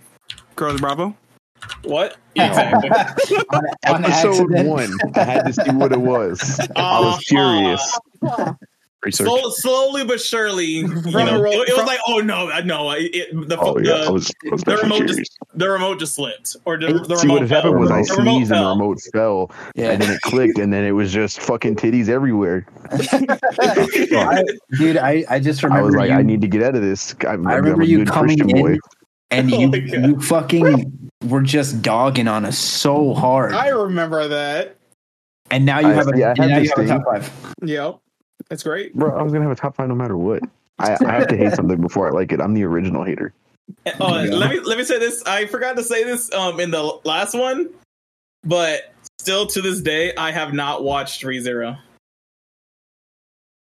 "Girls Bravo."
What? Exactly.
on, on
Episode
accident.
one. I had to see what it was. I was curious.
Research.
Slow, slowly but surely, you know,
roll-
it, it
from-
was like, oh no, I- no, it, it, the,
Oh
the,
yeah, I was. I was
the
definitely
remote
curious.
just the remote just slipped, or the, the
See
remote.
what had happened was I
the remote
sneezed and the
fell.
remote fell, and then
Yeah.
it clicked, and then it was just fucking titties everywhere.
I, dude, I, I just
I
remember
was like,
you,
I need to get out of this. I'm,
I
I'm
remember
a
you
good
coming
Christian
in
boy.
and
Oh
you,
my God.
you fucking were just dogging on us so hard.
I remember that.
and now you
I-
have a,
yeah, I
and
have
now
this
you have a
thing.
top five.
Yep, that's great.
Bro, I was gonna have a top five no matter what. I, I have to hate something before I like it. I'm the original hater.
Uh,
Yeah.
Let me let me say this. I forgot to say this um in the last one, but still to this day, I have not watched ReZero.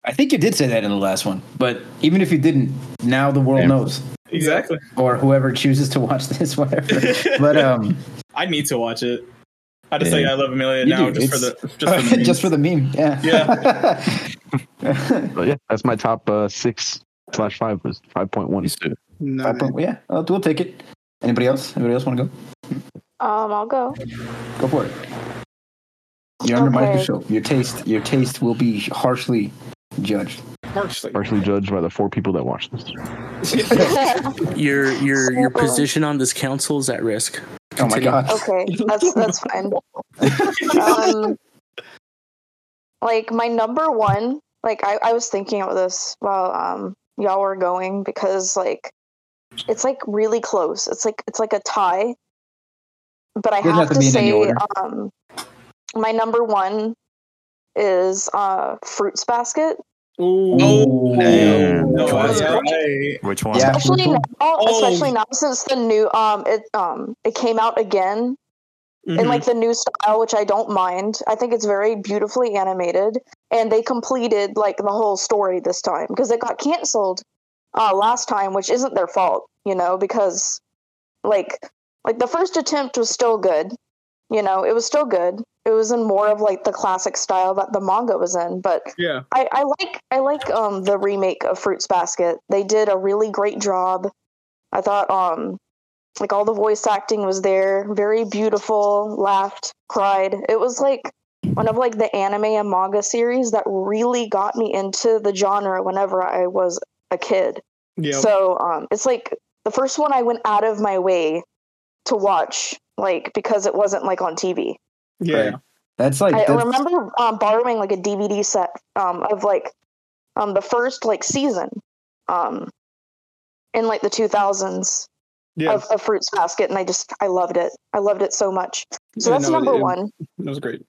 I think you did say that in the last one, but even if you didn't, now the world
Yeah.
knows.
Exactly.
Or whoever chooses to watch this, whatever. But um
I need to watch it. I just say
Yeah.
I love Amelia
You
now
do.
just for the
It's-
just for the
just for the meme. Yeah. Yeah.
But yeah, that's my top uh, six slash five was five point one.
I
No,
put- yeah. I'll- we'll take it. Anybody else? Anybody else want to go?
Um, I'll go.
Go for it. You're under
Okay.
microscope. Your taste, your taste will be harshly judged.
partially.
Partially judged by the four people that watched this.
Your your your
So-
position on this council is at risk.
Oh my
Continue.
god.
Okay, that's that's fine. um, like my number one, like I, I was thinking about this while um y'all were going because like it's like really close. It's like it's like a tie. But I
Doesn't
have
have
to,
to be in any
say,
order.
um, my number one is uh Fruits Basket.
Oh,
Damn.
no,
Which
that's
one?
right.
Which one?
Yeah.
especially
Which
now,
one?
especially now since the new um it um it came out again in like the new style, which I don't mind. I think it's very beautifully animated, and they completed like the whole story this time because it got canceled uh, last time, which isn't their fault, you know, because like like the first attempt was still good, you know, it was still good. It was in more of like the classic style that the manga was in, but
Yeah.
I, I like I like um the remake of Fruits Basket. They did a really great job. I thought um like all the voice acting was there, very beautiful, laughed, cried. It was like one of like the anime and manga series that really got me into the genre whenever I was a kid.
Yep.
So um it's like the first one I went out of my way to watch like because it wasn't like on TV.
yeah.
That's like
I
that's,
remember um, borrowing like a DVD set um, of like um, the first like season um, in like the 2000s
Yeah.
of, of Fruits Basket, and I just I loved it. I loved it so much. So
Yeah,
that's
no,
number
it-
one.
That was great.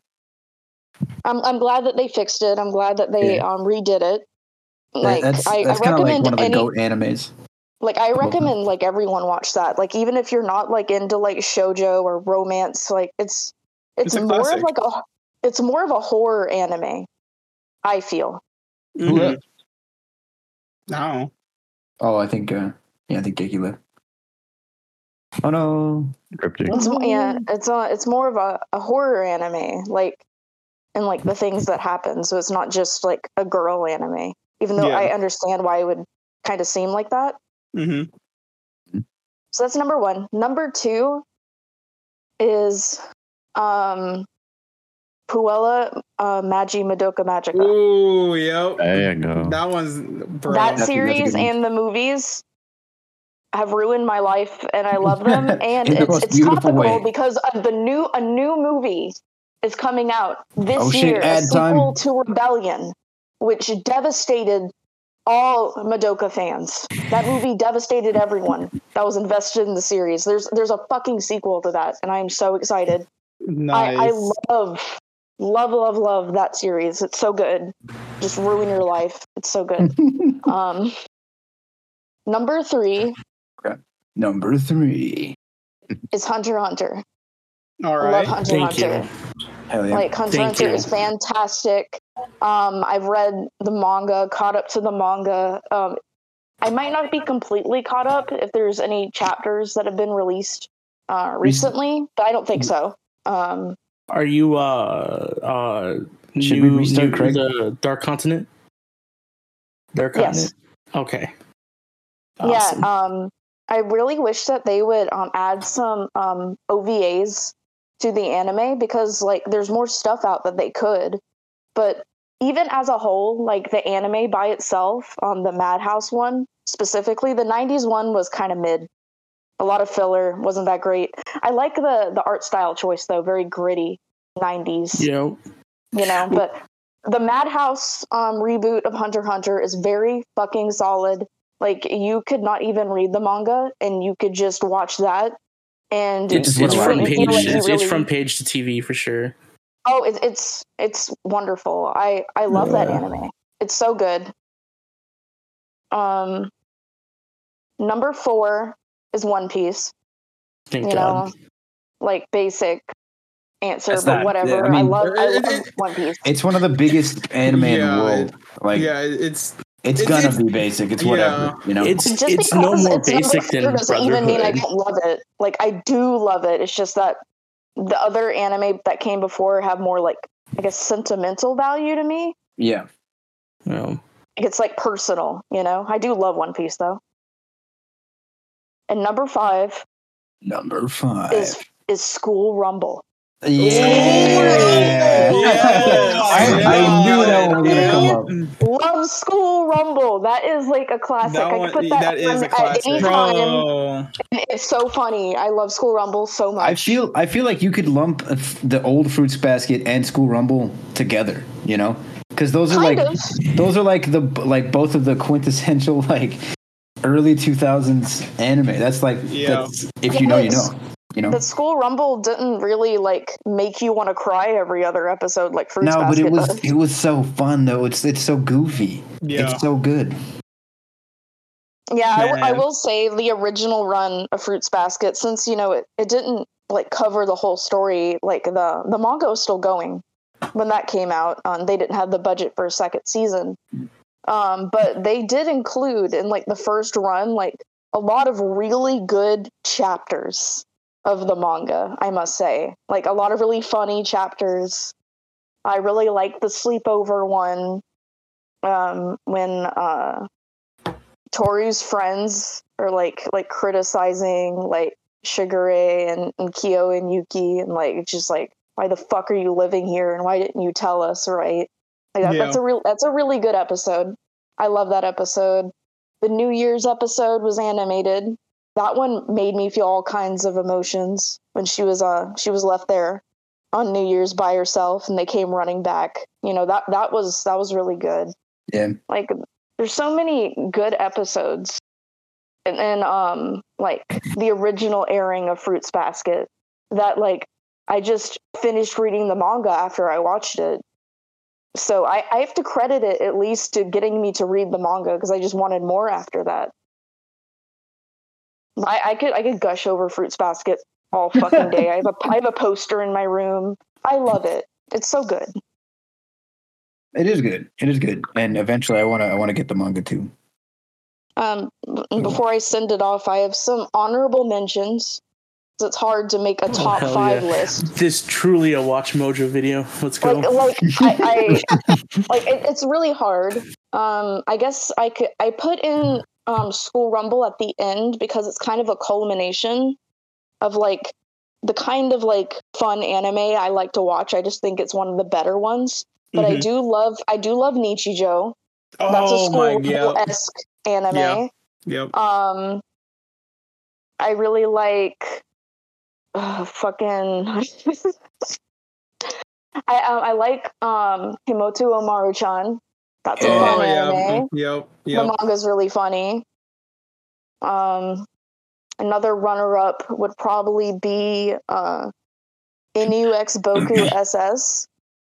I'm I'm glad that they fixed it. I'm glad that they um, redid it. Like
that's,
I,
that's
I
kind of like
recommend
one of the
any
goat animes.
like I
Cool.
recommend like everyone watch that. Like even if you're not like into like shojo or romance, like it's it's,
It's a
more of
classic.
like a it's more of a horror anime. I feel.
Mm-hmm.
Mhm. No.
Oh, I think uh, yeah, I think Geki left. Oh no.
Cryptic.
Mm-hmm.
It's yeah, it's a, it's more of a, a horror anime. Like and like the things that happen. So it's not just like a girl anime, even though
Yeah.
I understand why it would kind of seem like that.
Mm-hmm.
So that's number one. Number two is um Puella uh, Magi Madoka Magica.
Ooh, yep.
There you go.
That one's bro.
that
that's a
series
good one.
and the movies have ruined my life and I love them and
In the
it's
most
it's
beautiful
topical
way.
because of the new a new movie is coming out this
Oh, shit,
year a
ad time.
sequel to Rebellion which devastated all Madoka fans. That movie devastated everyone that was invested in the series. There's there's a fucking sequel to that and I am so excited.
nice.
I, I love love love love that series. It's so good. Just ruin your life. It's so good. um number 3
Number three.
is Hunter x Hunter.
All
I love
right.
Hunter x
Thank you.
Hunter.
Hell yeah.
Like Hunter
Thank
x Hunter
you.
is fantastic. Um I've read the manga, caught up to the manga. Um I might not be completely caught up if there's any chapters that have been released uh recently, but I don't think so. Um
Are you uh uh
Should
new,
we restart,
new-
Craig?
the Dark Continent? Dark Continent.
Yes.
Okay.
Yeah, um, I really wish that they would um, add some um, OVAs to the anime because like there's more stuff out that they could. But even as a whole, like the anime by itself, um, the Madhouse one specifically, the '90s one was kind of mid. A lot of filler, wasn't that great. I like the the art style choice though, very gritty '90s
You know,
you know but the madhouse um, reboot of hunter x hunter is very fucking solid like you could not even read the manga and you could just watch that and
it's,
just
it's
went
you
from
around.
wouldn't
page
feel like you
it's, it's
really-
from page to TV for sure.
oh it, it's it's wonderful i i love that
Yeah.
anime it's so good um number four is one piece
Thank
you
God.
know like basic answer
That's
but
not-
whatever
I
I,
mean-
love i love
It- it-
one piece
It's one of the biggest anime in
Yeah,
the world. Like
yeah, it's
it's,
it's-
gonna
it's-
be basic. It's whatever. You know.
It's
just
it's no
because
more
it's number
basic
four
than
doesn't even mean I
Brotherhood.
don't love it. Like I do love it. It's just that the other anime that came before have more like I guess sentimental value to me.
yeah.
No.
Like, It's like personal, you know. I do love One Piece though. And number five
Number five.
is is School Rumble.
yeah. I, I knew that one was gonna come up.
Love School Rumble. That is like a classic.
That
I
one,
could put that,
that
on
is a
at any
classic.
time.
Bro.
It's so funny. I love School Rumble so much.
I feel I feel like you could lump the old Fruits Basket and School Rumble together, you know, because those are
Kind
like
of.
those are like the like both of the quintessential like early two thousands anime. That's like
Yeah.
that's, if you know, you know, you know.
The school rumble didn't really like make you want to cry every other episode like Fruits
No, but
Basket
it was
does.
it was so fun though. It's it's so goofy.
Yeah.
It's so good.
yeah, I, w- I
Man.
will say the original run of Fruits Basket, since you know it, it didn't like cover the whole story. Like the the manga was still going when that came out. Um, they didn't have the budget for a second season, um, but they did include in like the first run like a lot of really good chapters of the manga. I must say, like a lot of really funny chapters. I really like the sleepover one um, when. Uh, Toru's friends are like like criticizing like Shigure and, and Kyo and Yuki and like just like why the fuck are you living here and why didn't you tell us right? Like that,
Yeah.
that's a real that's a really good episode. I love that episode. The New Year's episode was animated. That one made me feel all kinds of emotions when she was uh she was left there on New Year's by herself and they came running back. You know that that was that was really good
Yeah,
like there's so many good episodes and then um like the original airing of fruits basket that like i just finished reading the manga after i watched it so i, I have to credit it at least to getting me to read the manga because i just wanted more after that I, I could i could gush over fruits basket all fucking day i have a i have a poster in my room i love it it's so good
it is good. It is good. And eventually, I wanna I wanna get the manga too.
Mm.
Um, b- before I send it off, I have some honorable mentions. it's hard to make a top
Oh, hell
five
yeah.
list.
This truly a Watch Mojo video. Let's go.
Like, like I, I like it, it's really hard. Um, I guess I could I put in um School Rumble at the end because it's kind of a culmination of like the kind of like fun anime I like to watch. I just think it's one of the better ones. But I
Mhm.
do love I do love Nichijou. That's a
Oh
School
my god.
Rumble esque anime.
Yeah. Yep.
Um, I really like uh, fucking. I um, I like um Himoto Omaru-chan. That's a
Oh,
fun
yeah.
anime.
Mm, Yep.
The
Yep.
manga's really funny. Um, another runner-up would probably be uh, Inu X Boku SS.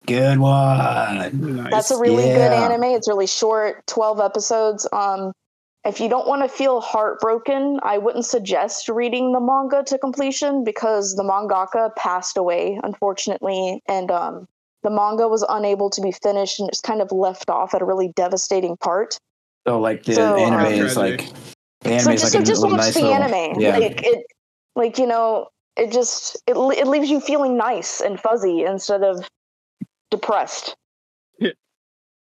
Good one.
Nice.
That's a really good
Yeah.
anime. It's really short, 12 episodes. Um, if you don't want to feel heartbroken, I wouldn't suggest reading the manga to completion because the mangaka passed away, unfortunately, and um, the manga was unable to be finished and it's kind of left off at a really devastating part.
So like the
So,
anime
um,
is like the anime
so
is
just,
like
so
a
just
little
watch
nice
the
little,
anime.
Yeah.
Like it, like you know, it just it le- it leaves you feeling nice and fuzzy instead of depressed.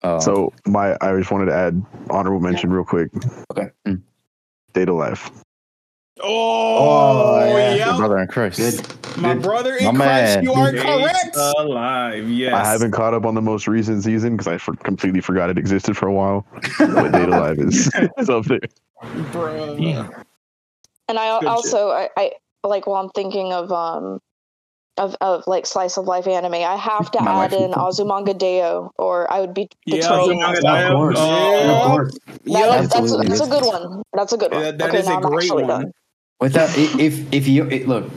Uh,
So my, I just wanted to add honorable mention real quick.
Okay.
Mm.
Data life.
Oh,
Oh, yeah.
yep.
your brother in Christ.
good.
My
Good.
brother in
My
Christ,
man.
you are
Stay
correct.
Alive. Yes.
I haven't caught up on the most recent season because I for- completely forgot it existed for a while. But Data Life is, is up there.
Bro.
and I
Good shit.
also I, I like while I'm thinking of um of of like slice of life anime, I have to
My
add
wife.
in Azumanga Daioh, or I would be
Yeah,
betrayed.
Azumanga
That-
Of course.
Yeah.
Of course.
that- that's,
Absolutely.
that's a good one. That's a good one.
Yeah, that
okay,
is
now
a
I'm
great
actually
one.
done.
Without i- if if you it, look,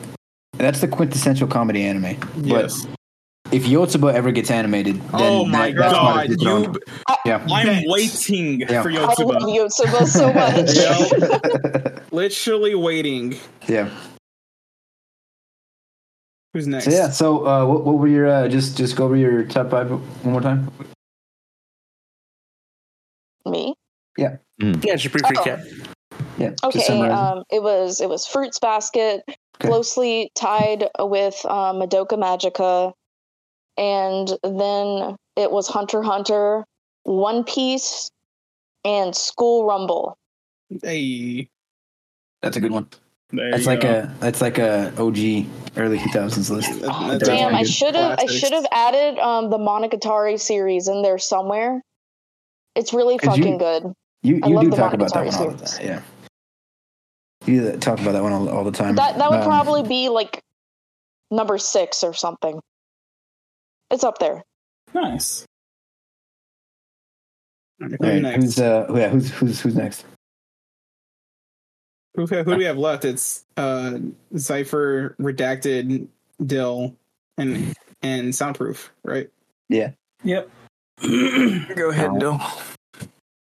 that's the quintessential comedy anime.
Yes.
But if Yotsuba ever gets animated, then
oh my
that, that's
god.
what
You.
it's yeah.
I'm waiting
Yeah.
for
I love
Yotsuba.
Yotsuba so much.
Literally waiting.
yeah.
Who's next?
So yeah. So uh, what, what were your uh, just just go over your top five one more time?
Me.
yeah, just brief
Oh.
recap.
Yeah. Just
Okay.
summarize.
Um, it was it was Fruits Basket, closely tied with um, Madoka Magica, and then it was Hunter x Hunter, One Piece, and School Rumble.
Hey.
that's a good one.
There
That's
you
like
go.
a that's like a OG early 2000s list.
Oh,
That's
damn,
really
I
good
should have I
classics.
should have added um the Monogatari series in there somewhere. It's really
Could you-
fucking good.
You
I
you
love
do
the
talk about that
Monogatari
one all the
series.
time. Yeah. You do talk about that one all, all the time.
That that would
Um,
probably be like number six or something. It's up there.
Nice. Who's
all right,
next?
who's uh yeah, who's who's who's next?
Who, who do we have left? It's uh, Cipher, Redacted, Dill, and and Soundproof, right?
Go ahead,
All Um,
Dill.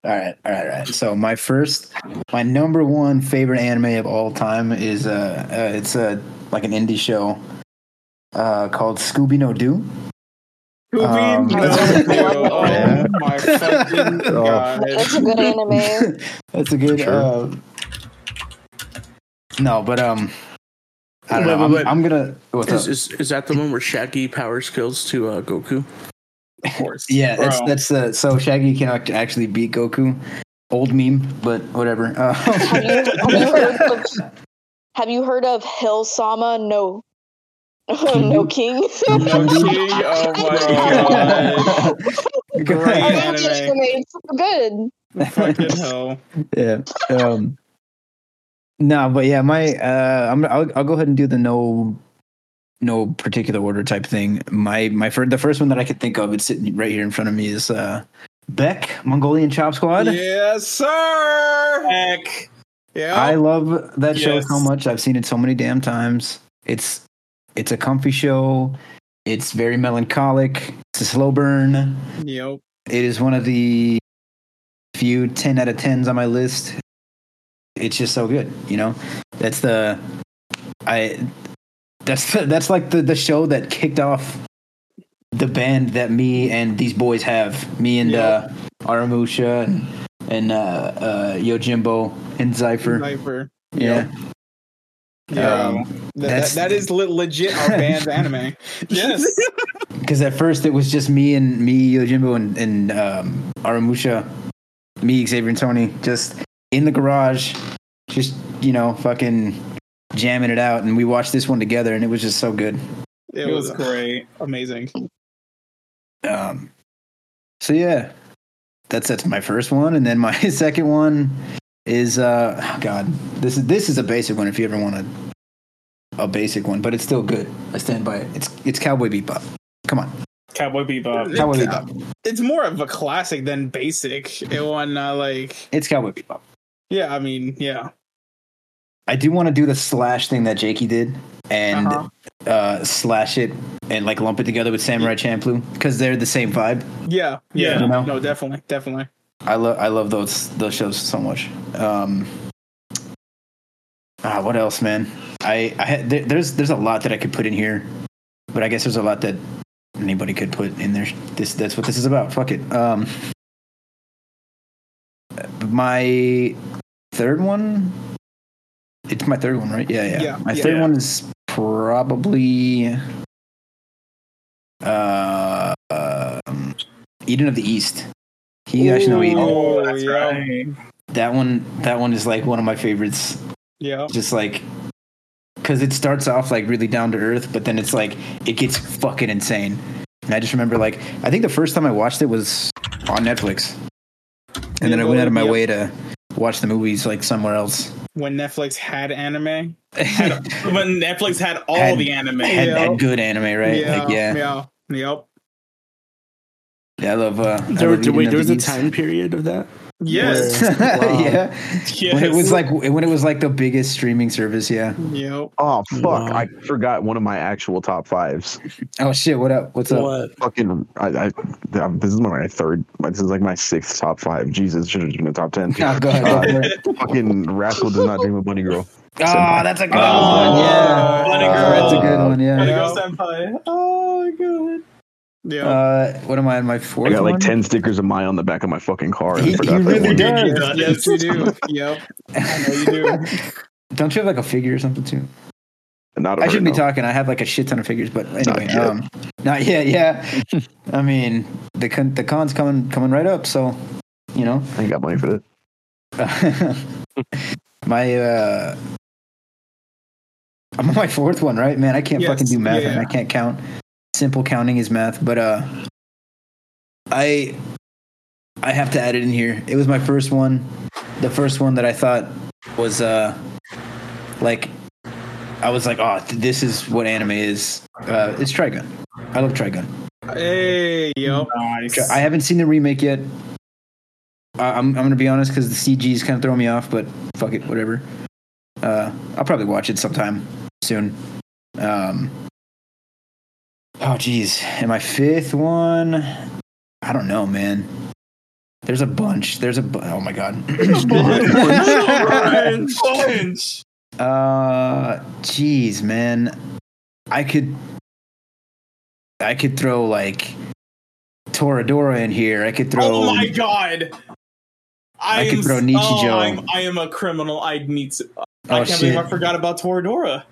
right, all right, all right. So my first, my number one favorite anime of all time is uh, uh it's a like an indie show uh called Scooby No Doo.
Who
Um,
we know.
that's-
oh
Yeah.
my fucking
Oh.
god!
That's a good anime.
That's a good.
Sure.
Uh, no, but um, I don't
Wait,
know.
wait, wait.
I'm, I'm gonna. What's
Is,
up?
is is that the one where Shaggy powers kills to uh, Goku?
Of course,
Yeah, that's
Bro.
that's uh, so Shaggy can act- actually beat Goku. Old meme, but whatever. Uh,
Have you, have you heard of Have you heard of Hill Sama? No, no king.
no king. Oh my god! Great
I love the
anime.
anime. It's so good.
Fucking hell!
yeah. Um, no, but yeah, my uh, I'm I'll, I'll go ahead and do the no no particular order type thing. My my first the first one that I could think of, it's sitting right here in front of me is uh, Beck Mongolian Chop Squad.
Yes, sir. Heck. Yeah.
I love that show so
Yes.
much. I've seen it so many damn times. It's it's a comfy show. It's very melancholic. It's a slow burn.
yep.
It is one of the few 10 out of 10s on my list. It's just so good, you know? That's the I that's the, that's like the the show that kicked off the band that me and these boys have. Me and
Yeah.
uh Aramusha and and uh, uh Yojimbo and Zypher.
Cypher.
Yeah.
Yeah,
Um,
that,
that's-
that, that is le- legit our band's anime.
Yes.
Because at first it was just me and me, Yojimbo, and, and um, Aramusha, me, Xavier, and Tony, just in the garage, just, you know, fucking jamming it out. And we watched this one together, and it was just so good.
It,
It was
was,
great.
amazing.
Um, so, yeah, that's, that's my first one. And then my second one is, uh, oh God, this is, this is a basic one if you ever want a, a basic one, but it's still good. I stand by it. It's, it's Cowboy Bebop. Come on.
Cowboy Bebop.
Cowboy
Cow-
Bebop.
It's more of a classic than basic. It won uh, like
It's Cowboy Bebop.
yeah, I mean yeah.
I do want to do the slash thing that Jakey did and uh
Uh-huh.
slash it and like lump it together with Samurai Champloo because they're the same vibe.
Yeah, yeah,
You know?
no, definitely, definitely.
I love I love those those shows so much. Um, ah, what else, man? I I had, there, there's there's a lot that I could put in here, but I guess there's a lot that anybody could put in there. This that's what this is about. Fuck it. Um, my third one. It's my third one, right? Yeah, yeah.
Yeah,
my
yeah.
third one is probably uh, um, Eden of the East. Higashinoi Eden
Oh, yeah,
that one that one is like one of my favorites
yeah,
just like because it starts off like really down to earth but then it's like it gets fucking insane and i just remember like i think the first time i watched it was on netflix and then i went out of my
Yeah.
way to watch the movies like somewhere else
When Netflix had anime,
had,
When Netflix had all
Had-
the anime.
had,
Yeah.
had good anime right
yeah,
like yeah yeah,
yeah, yep,
i love uh I
There,
love
there,
Eden
wait,
of
there was
the
a
East.
time period of that.
yes,
Wow.
yeah
Yes.
when it was like when it was like the biggest streaming service yeah
yep.
Oh fuck!
Wow.
I forgot one of my actual top fives.
oh shit what up what's up
What?
Fucking, I, I um, this is my third. This is like my sixth top five. Jesus, should have been the top ten.
Oh, go ahead, go
Uh,
for it.
fucking rascal does not dream of bunny girl.
Oh, that's a good
Oh,
one. Yeah.
Bunny
Oh,
girl.
that's
Uh,
a good one.
Bunny
Yeah.
girl senpai. Oh, good.
Yeah,
Uh, what am I in my fourth?
I got like
one?
ten stickers of my on the back of my fucking car. And
He-
I forgot
he
that
really
one.
does.
yes, yes, you do. Yep, I know you do.
Don't you have like a figure or something too?
Not
I shouldn't be
no.
talking. I have like a shit ton of figures, but anyway,
yet.
um, not yet. Yeah. I mean, the con- the con's coming coming right up, so you know.
I ain't got money for that.
my uh, I'm on my fourth one, right? Man, I can't
Yes.
fucking do math,
Yeah,
and I
yeah.
can't count. Simple counting is math, but uh, I I have to add it in here. It was my first one, the first one that I thought was uh, like I was like, oh, th- this is what anime is. Uh, it's Trigun. I love Trigun.
Hey, yep.
Tr- I haven't seen the remake yet. I I'm I'm gonna be honest because the CG's kind of throwing me off, but fuck it, whatever. Uh, I'll probably watch it sometime soon. Um, oh geez, and my fifth one, I don't know, man. There's a bunch. There's a bu- oh my god.
Orange. Orange.
Uh, jeez, man, I could, I could throw like Toradora in here. I could throw.
Oh my god. I,
I could
am,
throw Nichijou.
Oh, I'm, I am a criminal. I need to. I
Oh,
can't believe I
shit.
forgot about Toradora.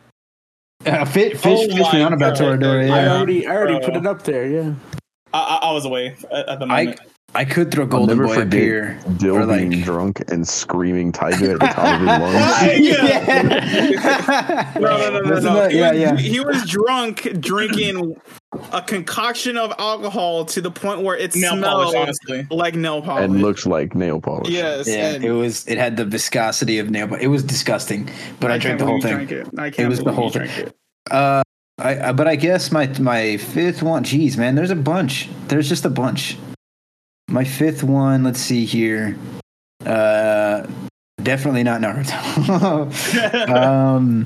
Uh, fish, fish,
Oh
fish me
my
on about
God.
Toradora.
I
Yeah.
already, I already
Bro.
Uh,
put it up there. Yeah.
I, I, I was away at, at the
I,
moment.
I could throw Golden
never
Boy up
forget
here.
Dill
Or, like-
being drunk and screaming tiger at the top of his lungs.
yeah.
No, no, no, no,
Wasn't
no.
that-
He
yeah,
was-
yeah.
He was drunk, drinking a concoction of alcohol to the point where it
Nail polish,
smelled
honestly.
like nail polish.
and looks like nail polish.
yes,
Oh, Yeah,
and
it was. It had the viscosity of nail, but it was disgusting. But I, drank
can't
the whole
believe
thing.
you drank it. I can't
was the
believe you
whole thing.
drank it.
Uh, I, I but I guess my my fifth one. Jeez, man, there's a bunch. There's just a bunch. My fifth one. Let's see here. Uh, definitely not Naruto. um,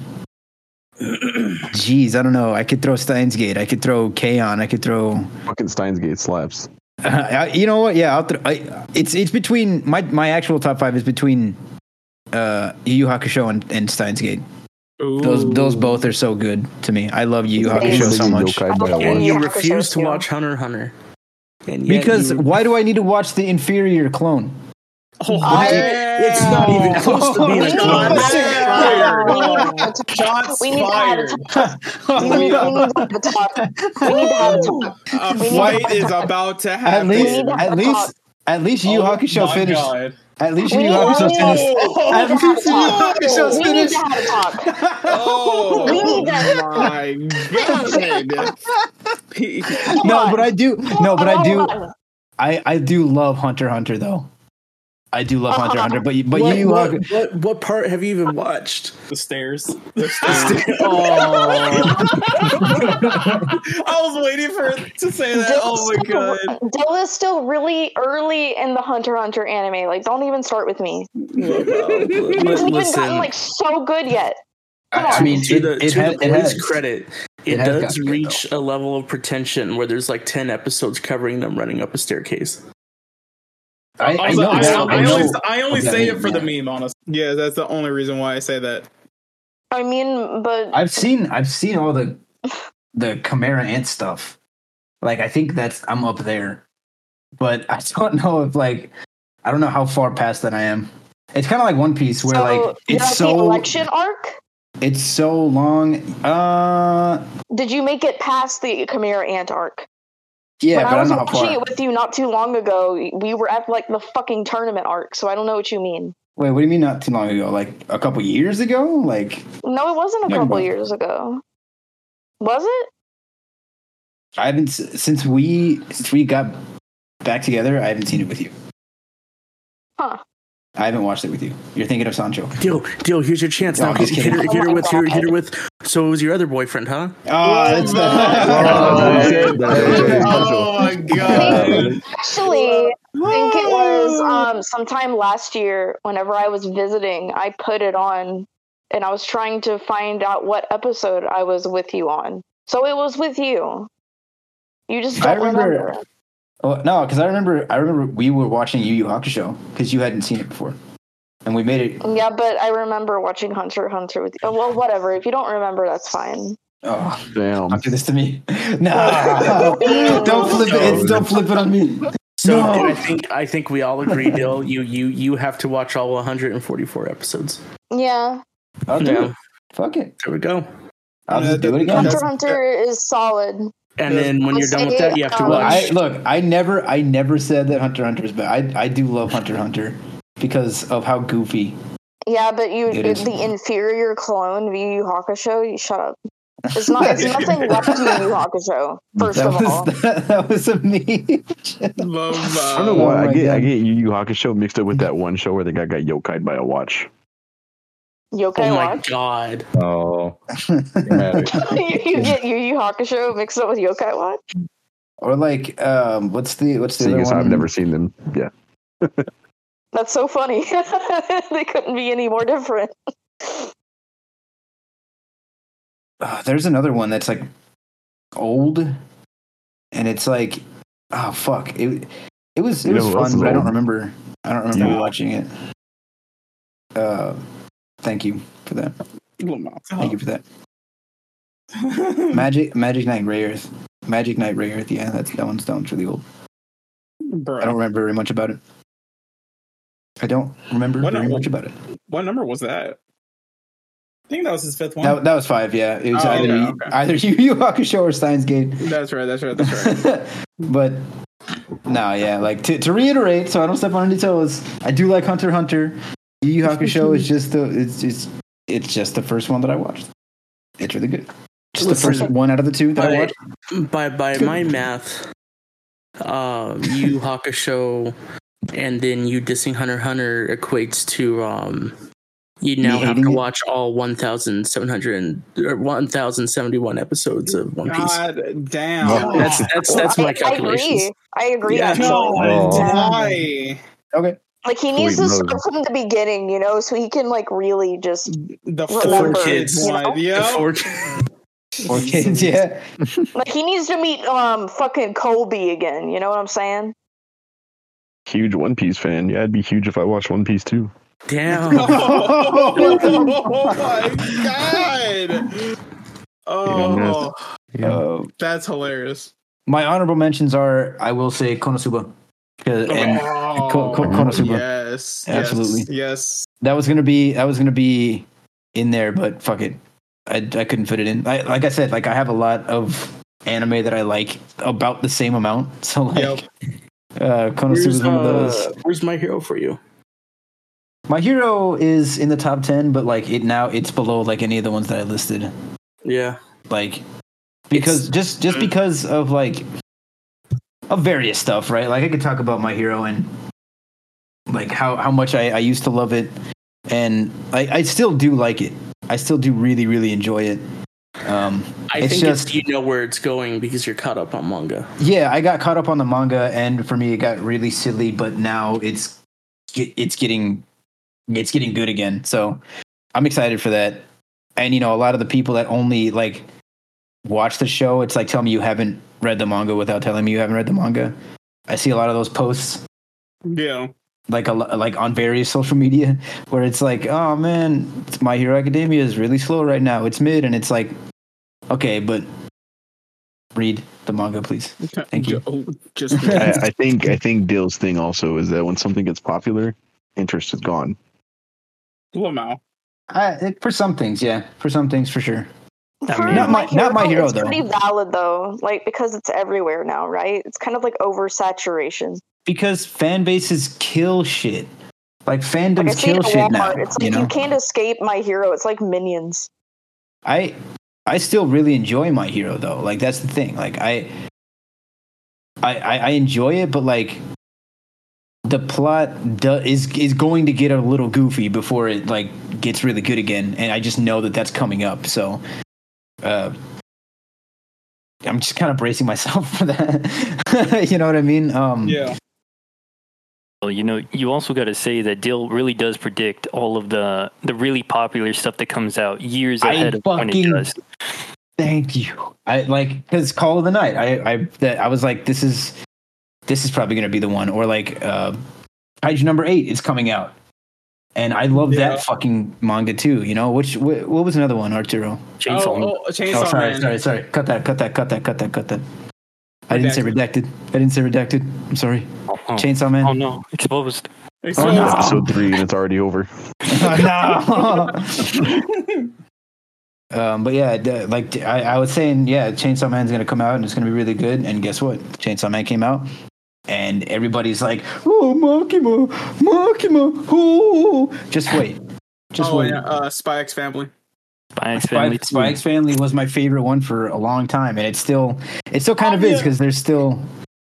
jeez, I don't know. I could throw Steins Gate. I could throw K on. I could throw. Uh,
Fucking Steins Gate slaps.
I, you know what? Yeah, I'll throw, I, it's it's between my my actual top five is between uh Yu Yu Hakusho and, and Steins Gate. Those those both are so good to me. I love Yu Yu Hakusho so
Literally
much.
yokai by a
Yeah,
And
one.
you
you
have to
refuse
show
to
it, yeah.
watch Hunter x Hunter. And yet
Because
you-
why do I need to watch the inferior clone?
Oh,
I-
yeah.
it's not even close to being a
Come
clone.
on, man.
No, we need to have a talk.
Shots
We need to have a
fired.
talk.
Oh,
We need, we need to have a talk. We need to have a talk.
A
We need
fight
to-
is about to
At
happen.
least,
to have
at
a
least,
talk.
at least you
Oh
Hakusho
my
finished.
God.
At least
We
you
need
Hakusho
to-
finished.
We need
At
to have a
least you
talk.
Hakusho
We need
finished.
to have a talk.
Oh
We need to.
my god! He-
Come
No,
on.
but I do. No, but I
Come
do.
on.
I I do love Hunter x Hunter though. I do love Hunter x Hunter, but you- but
what,
you Haku-
what, what, what part have you even watched?
The stairs.
I was waiting for it to say that.
Dill
Oh my
is still-
god!
Dill is still really early in the Hunter x Hunter anime. Like, don't even start with me. It hasn't even gotten
Listen,
like so good yet. Come
I
on.
mean,
to
it,
the,
it,
to
had,
the
it
police
has.
credit, it,
It has
does
gotten good,
reach a level of pretension where there's like ten episodes covering them running up a staircase.
I, I
Also,
know
I,
that.
I
I
only,
know.
I only
that
say
meme,
it for the
yeah.
meme, honestly.
Yeah, that's the only reason why I say that.
I mean, but
I've seen. I've seen all the the Chimera Ant stuff. Like I think that's I'm up there, but I don't know if like I don't know how far past that I am. It's kind of like One Piece, where
so,
like
you're at
it's
the
so
election arc.
it's so long. Uh,
Did you make it past the Chimera Ant arc?
yeah,
when
but
I
I
was
don't know how
watching
far.
it with you not too long ago, we were at like the fucking tournament arc, so I don't know what you mean.
Wait, what do you mean not too long ago? Like a couple years ago? Like
No, it wasn't a
Never
couple
mind.
years ago. Was it?
I haven't s- since we since we got back together. I haven't seen it with you.
Huh.
I haven't watched it with you. You're thinking of Sancho.
Deal, deal. Here's your chance
No,
now.
I'm just
Hit her,
kidding.
hit her with, hit her, hit her
Oh
with. So it was your other boyfriend, huh?
Ah, that's the.
Oh my god!
Think- Actually, I think it was um, sometime last year whenever I was visiting, I put it on and I was trying to find out what episode I was with you on. So it was with you. You just
I
don't remember.
remember- Well, no, because I remember. I remember we were watching Yu Yu Hakusho because you hadn't seen it before, and we made it.
Yeah, but I remember watching Hunter x Hunter with you. Well, whatever. If you don't remember, that's fine.
Oh,
Damn.
don't do this to me! No, don't flip it. It's, don't flip it on me.
So
No.
I think I think we all agree, Dill. You you you have to watch all 144 episodes.
Yeah.
I'll do
Yeah,
it. Fuck it.
there we go.
I'll
Yeah,
just do it again.
Hunter x
that's-
Hunter is solid. um,
And then when you're done with that, you have to
Well,
Look, I
watch.
look. I never. I never said that Hunter x Hunter is bad. I I do love Hunter x Hunter because of how goofy.
Yeah, but you
It
the
is.
inferior clone of Yu Yu Hakusho, you shut up. It's not it's nothing left to Yu Yu Hakusho, first
that
of
was
all.
That, that was a me.
Love, uh,
I don't know
Oh
why I
my
get I
God.
get Yu Yu Hakusho mixed up with that one show where the guy got yokai by a watch.
Yokai
Oh my
Watch.
god.
Oh, dramatic.
you you get Yu Yu Hakusho mixed up with Yokai Watch?
or like, um, what's the what's the
Seeing
other
as
one?
I've never seen them. Yeah.
That's so funny. they couldn't be any more different.
Ah, there's another one that's like old, and it's like, oh fuck it. It was it
You
was
know who else
fun,
is
but I don't
old?
remember. I don't remember
You.
watching it. Uh, thank you for that. Thank you for that. Magic Magic Knight Ray Earth. Magic Knight Ray Earth. Yeah, that's that one's that one's really old. I don't
bro.
remember very much about it. I don't remember
Why not?
very much about it.
What number was that? I think that was his fifth one.
That, that was five. Yeah, it was
Oh,
either
okay, okay.
either Yu Yu Hakusho or Steins Gate.
That's right. That's right. That's right.
but no, yeah. Like to, to reiterate, so I don't step on any toes. I do like Hunter x Hunter. Yu Yu Hakusho is just the it's it's it's just the first one that I watched. It's really good. Just the
Listen,
first one out of the two that I
by,
watched.
by by my math, um, you Hakusho, and then you dissing Hunter x Hunter equates to um, you now have
hating
to
it?
watch all 1,700 or 1,071 episodes of One Piece.
God damn.
That's that's that's my
I, I agree.
calculations.
I agree
Yeah,
actually.
no,
Oh.
why?
Okay.
Like he needs
Sweet
to start
Moses.
from the beginning, you know, so he can like really just
The
Well,
four
for
kids
kids.
one.
The
Yeah.
four-
Or kids, yeah.
like he needs to meet um fucking Colby again, you know what I'm saying?
Huge One Piece fan. Yeah, I'd be huge if I watched One Piece too.
Damn.
oh my god. Oh,
Uh,
that's hilarious.
my honorable mentions are I will say Konosuba. 'Cause- and
Oh,
Ko- Ko- Konosuba.
Yes.
Absolutely.
Yes.
that was gonna be that was gonna be in there, but fuck it, I, I couldn't fit it in. I, like I said, like I have a lot of anime that I like about the same amount. So like, uh, Konosuba
Where's,
is one of those.
uh, where's my hero for you?
My hero is in the top ten, but like it now it's below like any of the ones that I listed.
Yeah.
like because just just because of like of various stuff right like i could talk about my hero and like how how much i, I used to love it and I, I still do like it i still do really really enjoy it um
I
it's
think
just
it's, you know where it's going because you're caught up on manga.
yeah i got caught up on the manga and for me it got really silly but now it's it's getting it's getting good again so i'm excited for that and you know a lot of the people that only like watch the show it's like tell me you haven't read the manga without telling me you haven't read the manga i see a lot of those posts
Yeah.
like a lo- like on various social media where it's like, oh man, My Hero Academia is really slow right now. It's mid, and it's like, okay, but read the manga, please. Thank you.
Oh, Just
I, I think I think Dale's thing also is that when something gets popular, interest is gone.
Lamau.
I, it- for some things, yeah, for some things, for sure.
Part
not
of
my- not my hero,
is
though.
Pretty valid though, like because it's everywhere now, right? It's kind of like oversaturation.
Because fan bases kill shit. Like fandoms
Like I see it
kill
at
shit
Walmart.
now.
it's like
you
you,
know,
can't escape my hero. It's like minions.
I I still really enjoy My Hero though. Like that's the thing. Like I I I, I enjoy it, but like the plot do, is is going to get a little goofy before it like gets really good again, and I just know that that's coming up. So, uh, I'm just kind of bracing myself for that. you know what I mean? Um,
Yeah.
Well, you know, you also got to say that Dill really does predict all of the the really popular stuff that comes out years
I
ahead of when it
fucking-
does.
Thank you. I like because Call of the Night. I I that I was like, this is this is probably gonna be the one. Or like uh Kaiju number eight is coming out. And I love
Yeah.
that fucking manga too, you know? Which wh- what was another one, Arturo?
Chainsaw Man.
Oh, oh, Chainsaw
oh sorry,
Man.
sorry, sorry. Cut that, cut that, cut that, cut that, cut that. I didn't say redacted. I didn't say redacted. I'm sorry.
Oh, oh.
Chainsaw Man.
Oh, no, exposed.
Oh,
Exposed.
no.
Episode three and it's already over.
no. um, but yeah, the- like I, I was saying, yeah, Chainsaw Man's gonna come out and it's gonna be really good. And guess what? Chainsaw Man came out, and everybody's like, "Oh, Makima, Makima, oh!" Just wait, just
oh,
wait.
yeah. Uh, Spy X Family.
Spy X Family.
Spike, Spike's family was my favorite one for a long time, and it's still, it still kind of is because there's still,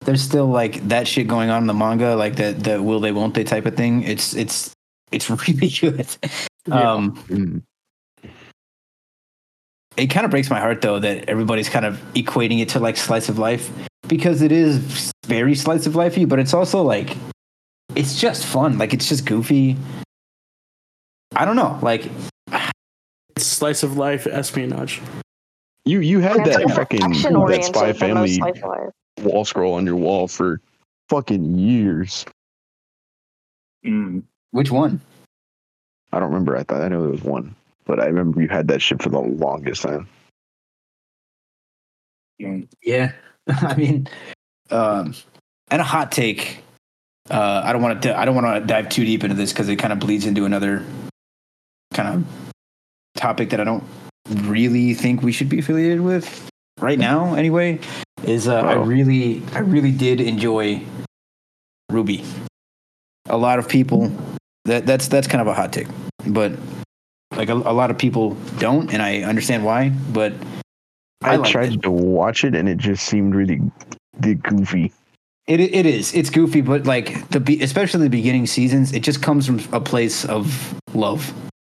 there's still like that shit going on in the manga, like that the will they won't they type of thing. It's it's it's really good. Um,
Mm.
it kind of breaks my heart though that everybody's kind of equating it to like slice of life because it is very slice of lifey, but it's also like it's just fun. Like it's just goofy. I don't know. Like
It's slice of life espionage.
You you had that fucking that
action-oriented than
spy
most
family
lifelike.
wall scroll on your wall for fucking years.
Mm.
which one?
I don't remember. I thought I know there was one, but I remember you had that shit for the longest time.
Yeah. I mean, um, and a hot take. Uh, I don't want to. I don't want to dive too deep into this because it kind of bleeds into another kind of topic that I don't really think we should be affiliated with right now. Anyway, is uh, I
Oh.
really, I really did enjoy Ruby. A lot of people that that's that's kind of a hot take, but like a, a lot of people don't, and I understand why. But
I,
liked
tried
it.
to watch it and it just seemed really the goofy.
It it is. It's goofy, but like the be- especially the beginning seasons, it just comes from a place of love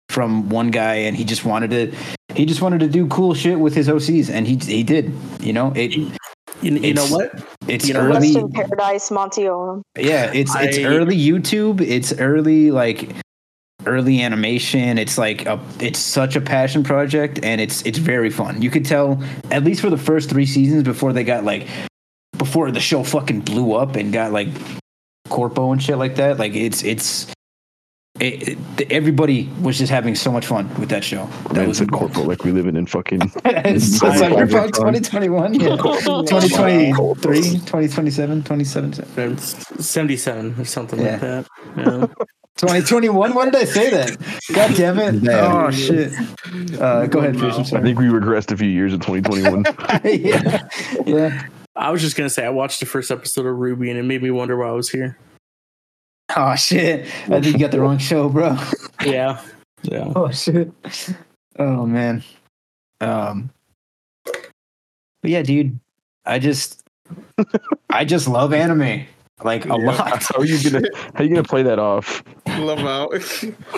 from one guy, and he just wanted to he just wanted to do cool shit with his OCs, and he he did. You know, it
You, you know
It's-
what?
it's
You know,
early.
Rest in paradise, Montione.
Yeah, it's it's
I-
early YouTube. It's early like early animation. It's like a it's such a passion project, and it's it's very fun. You could tell at least for the first three seasons before they got like before the show fucking blew up and got like corpo and shit like that. Like it's it's. It, it, everybody was just having so much fun with that show. That
That
was
was in corporate like we live in in fucking
it's
I-
Cyberpunk 2021, yeah. 2023,
Wow.
2027, 2027.
It's 77 or something
Yeah.
like that. Yeah.
2021? What did I say then? God damn it. Oh, shit. Uh, go ahead, Fish. I'm
I
sorry.
think we regressed a few years in 2021.
yeah. yeah.
I was just gonna say I watched the first episode of Ruby and it made me wonder why I was here.
Oh, shit. I think you got the wrong show, bro.
Yeah. Yeah.
Oh, shit. Oh, man. Um, but yeah, dude, I just, I just love anime. Like a lot.
how are you gonna How you gonna play that off?
Love out.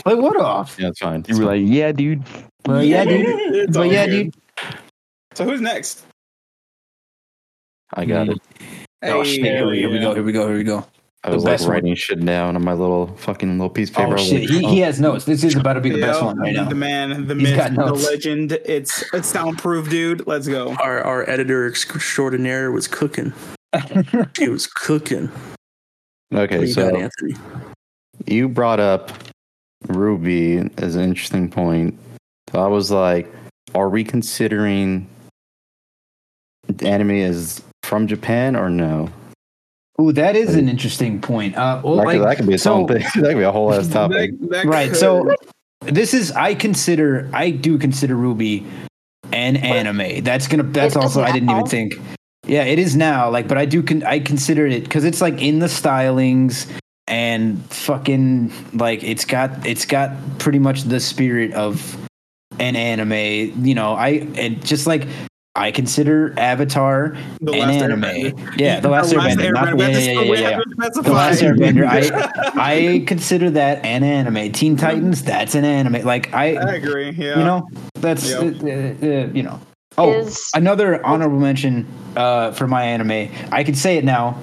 Like what off?
Yeah, it's fine.
You were like, yeah, dude.
Well, yeah, dude.
It's
But
all
yeah,
good.
dude.
So who's next?
I got it.
Oh shit! Here we, here we
yeah.
go. Here we go. Here we go.
I
The
was like
best one.
writing shit down on my little fucking little piece of paper.
Oh
I was
shit!
like,
He,
oh.
he has notes. This is about to be the best
Yeah,
one right now.
The man, the
He's got
myth, the
notes.
legend. It's it's soundproof, dude. Let's go.
Our our editor extraordinaire was cooking. She was cooking.
Okay,
You got
so
Anthony.
you brought up Ruby as an interesting point. So I was like, are we considering the anime as from Japan or no?
Ooh, that is an interesting point. Uh, well,
That could,
like-
that could be its
so-
own thing. That could be a whole ass topic.
That- that
Right.
could-
So this is I consider I do consider Ruby an anime. That's gonna. That's
It is
also I didn't even
now.
think. Yeah, it is now. Like, but I do. Con- I consider it because it's like in the stylings and fucking like it's got it's got pretty much the spirit of an anime. You know, I and just like I consider Avatar
The
an
Last
anime.
Airbender.
Yeah, the last Airbender. not- Yeah,
We have
yeah,
to-
yeah,
we
yeah,
have
yeah.
to specify.
The Last Airbender. I I consider that an anime. Teen Titans. That's an anime. Like
I
I,
agree. Yeah.
you know, that's
Yeah.
uh, uh, uh, you know. Oh,
Is-
another honorable mention uh, for my anime. I can say it now.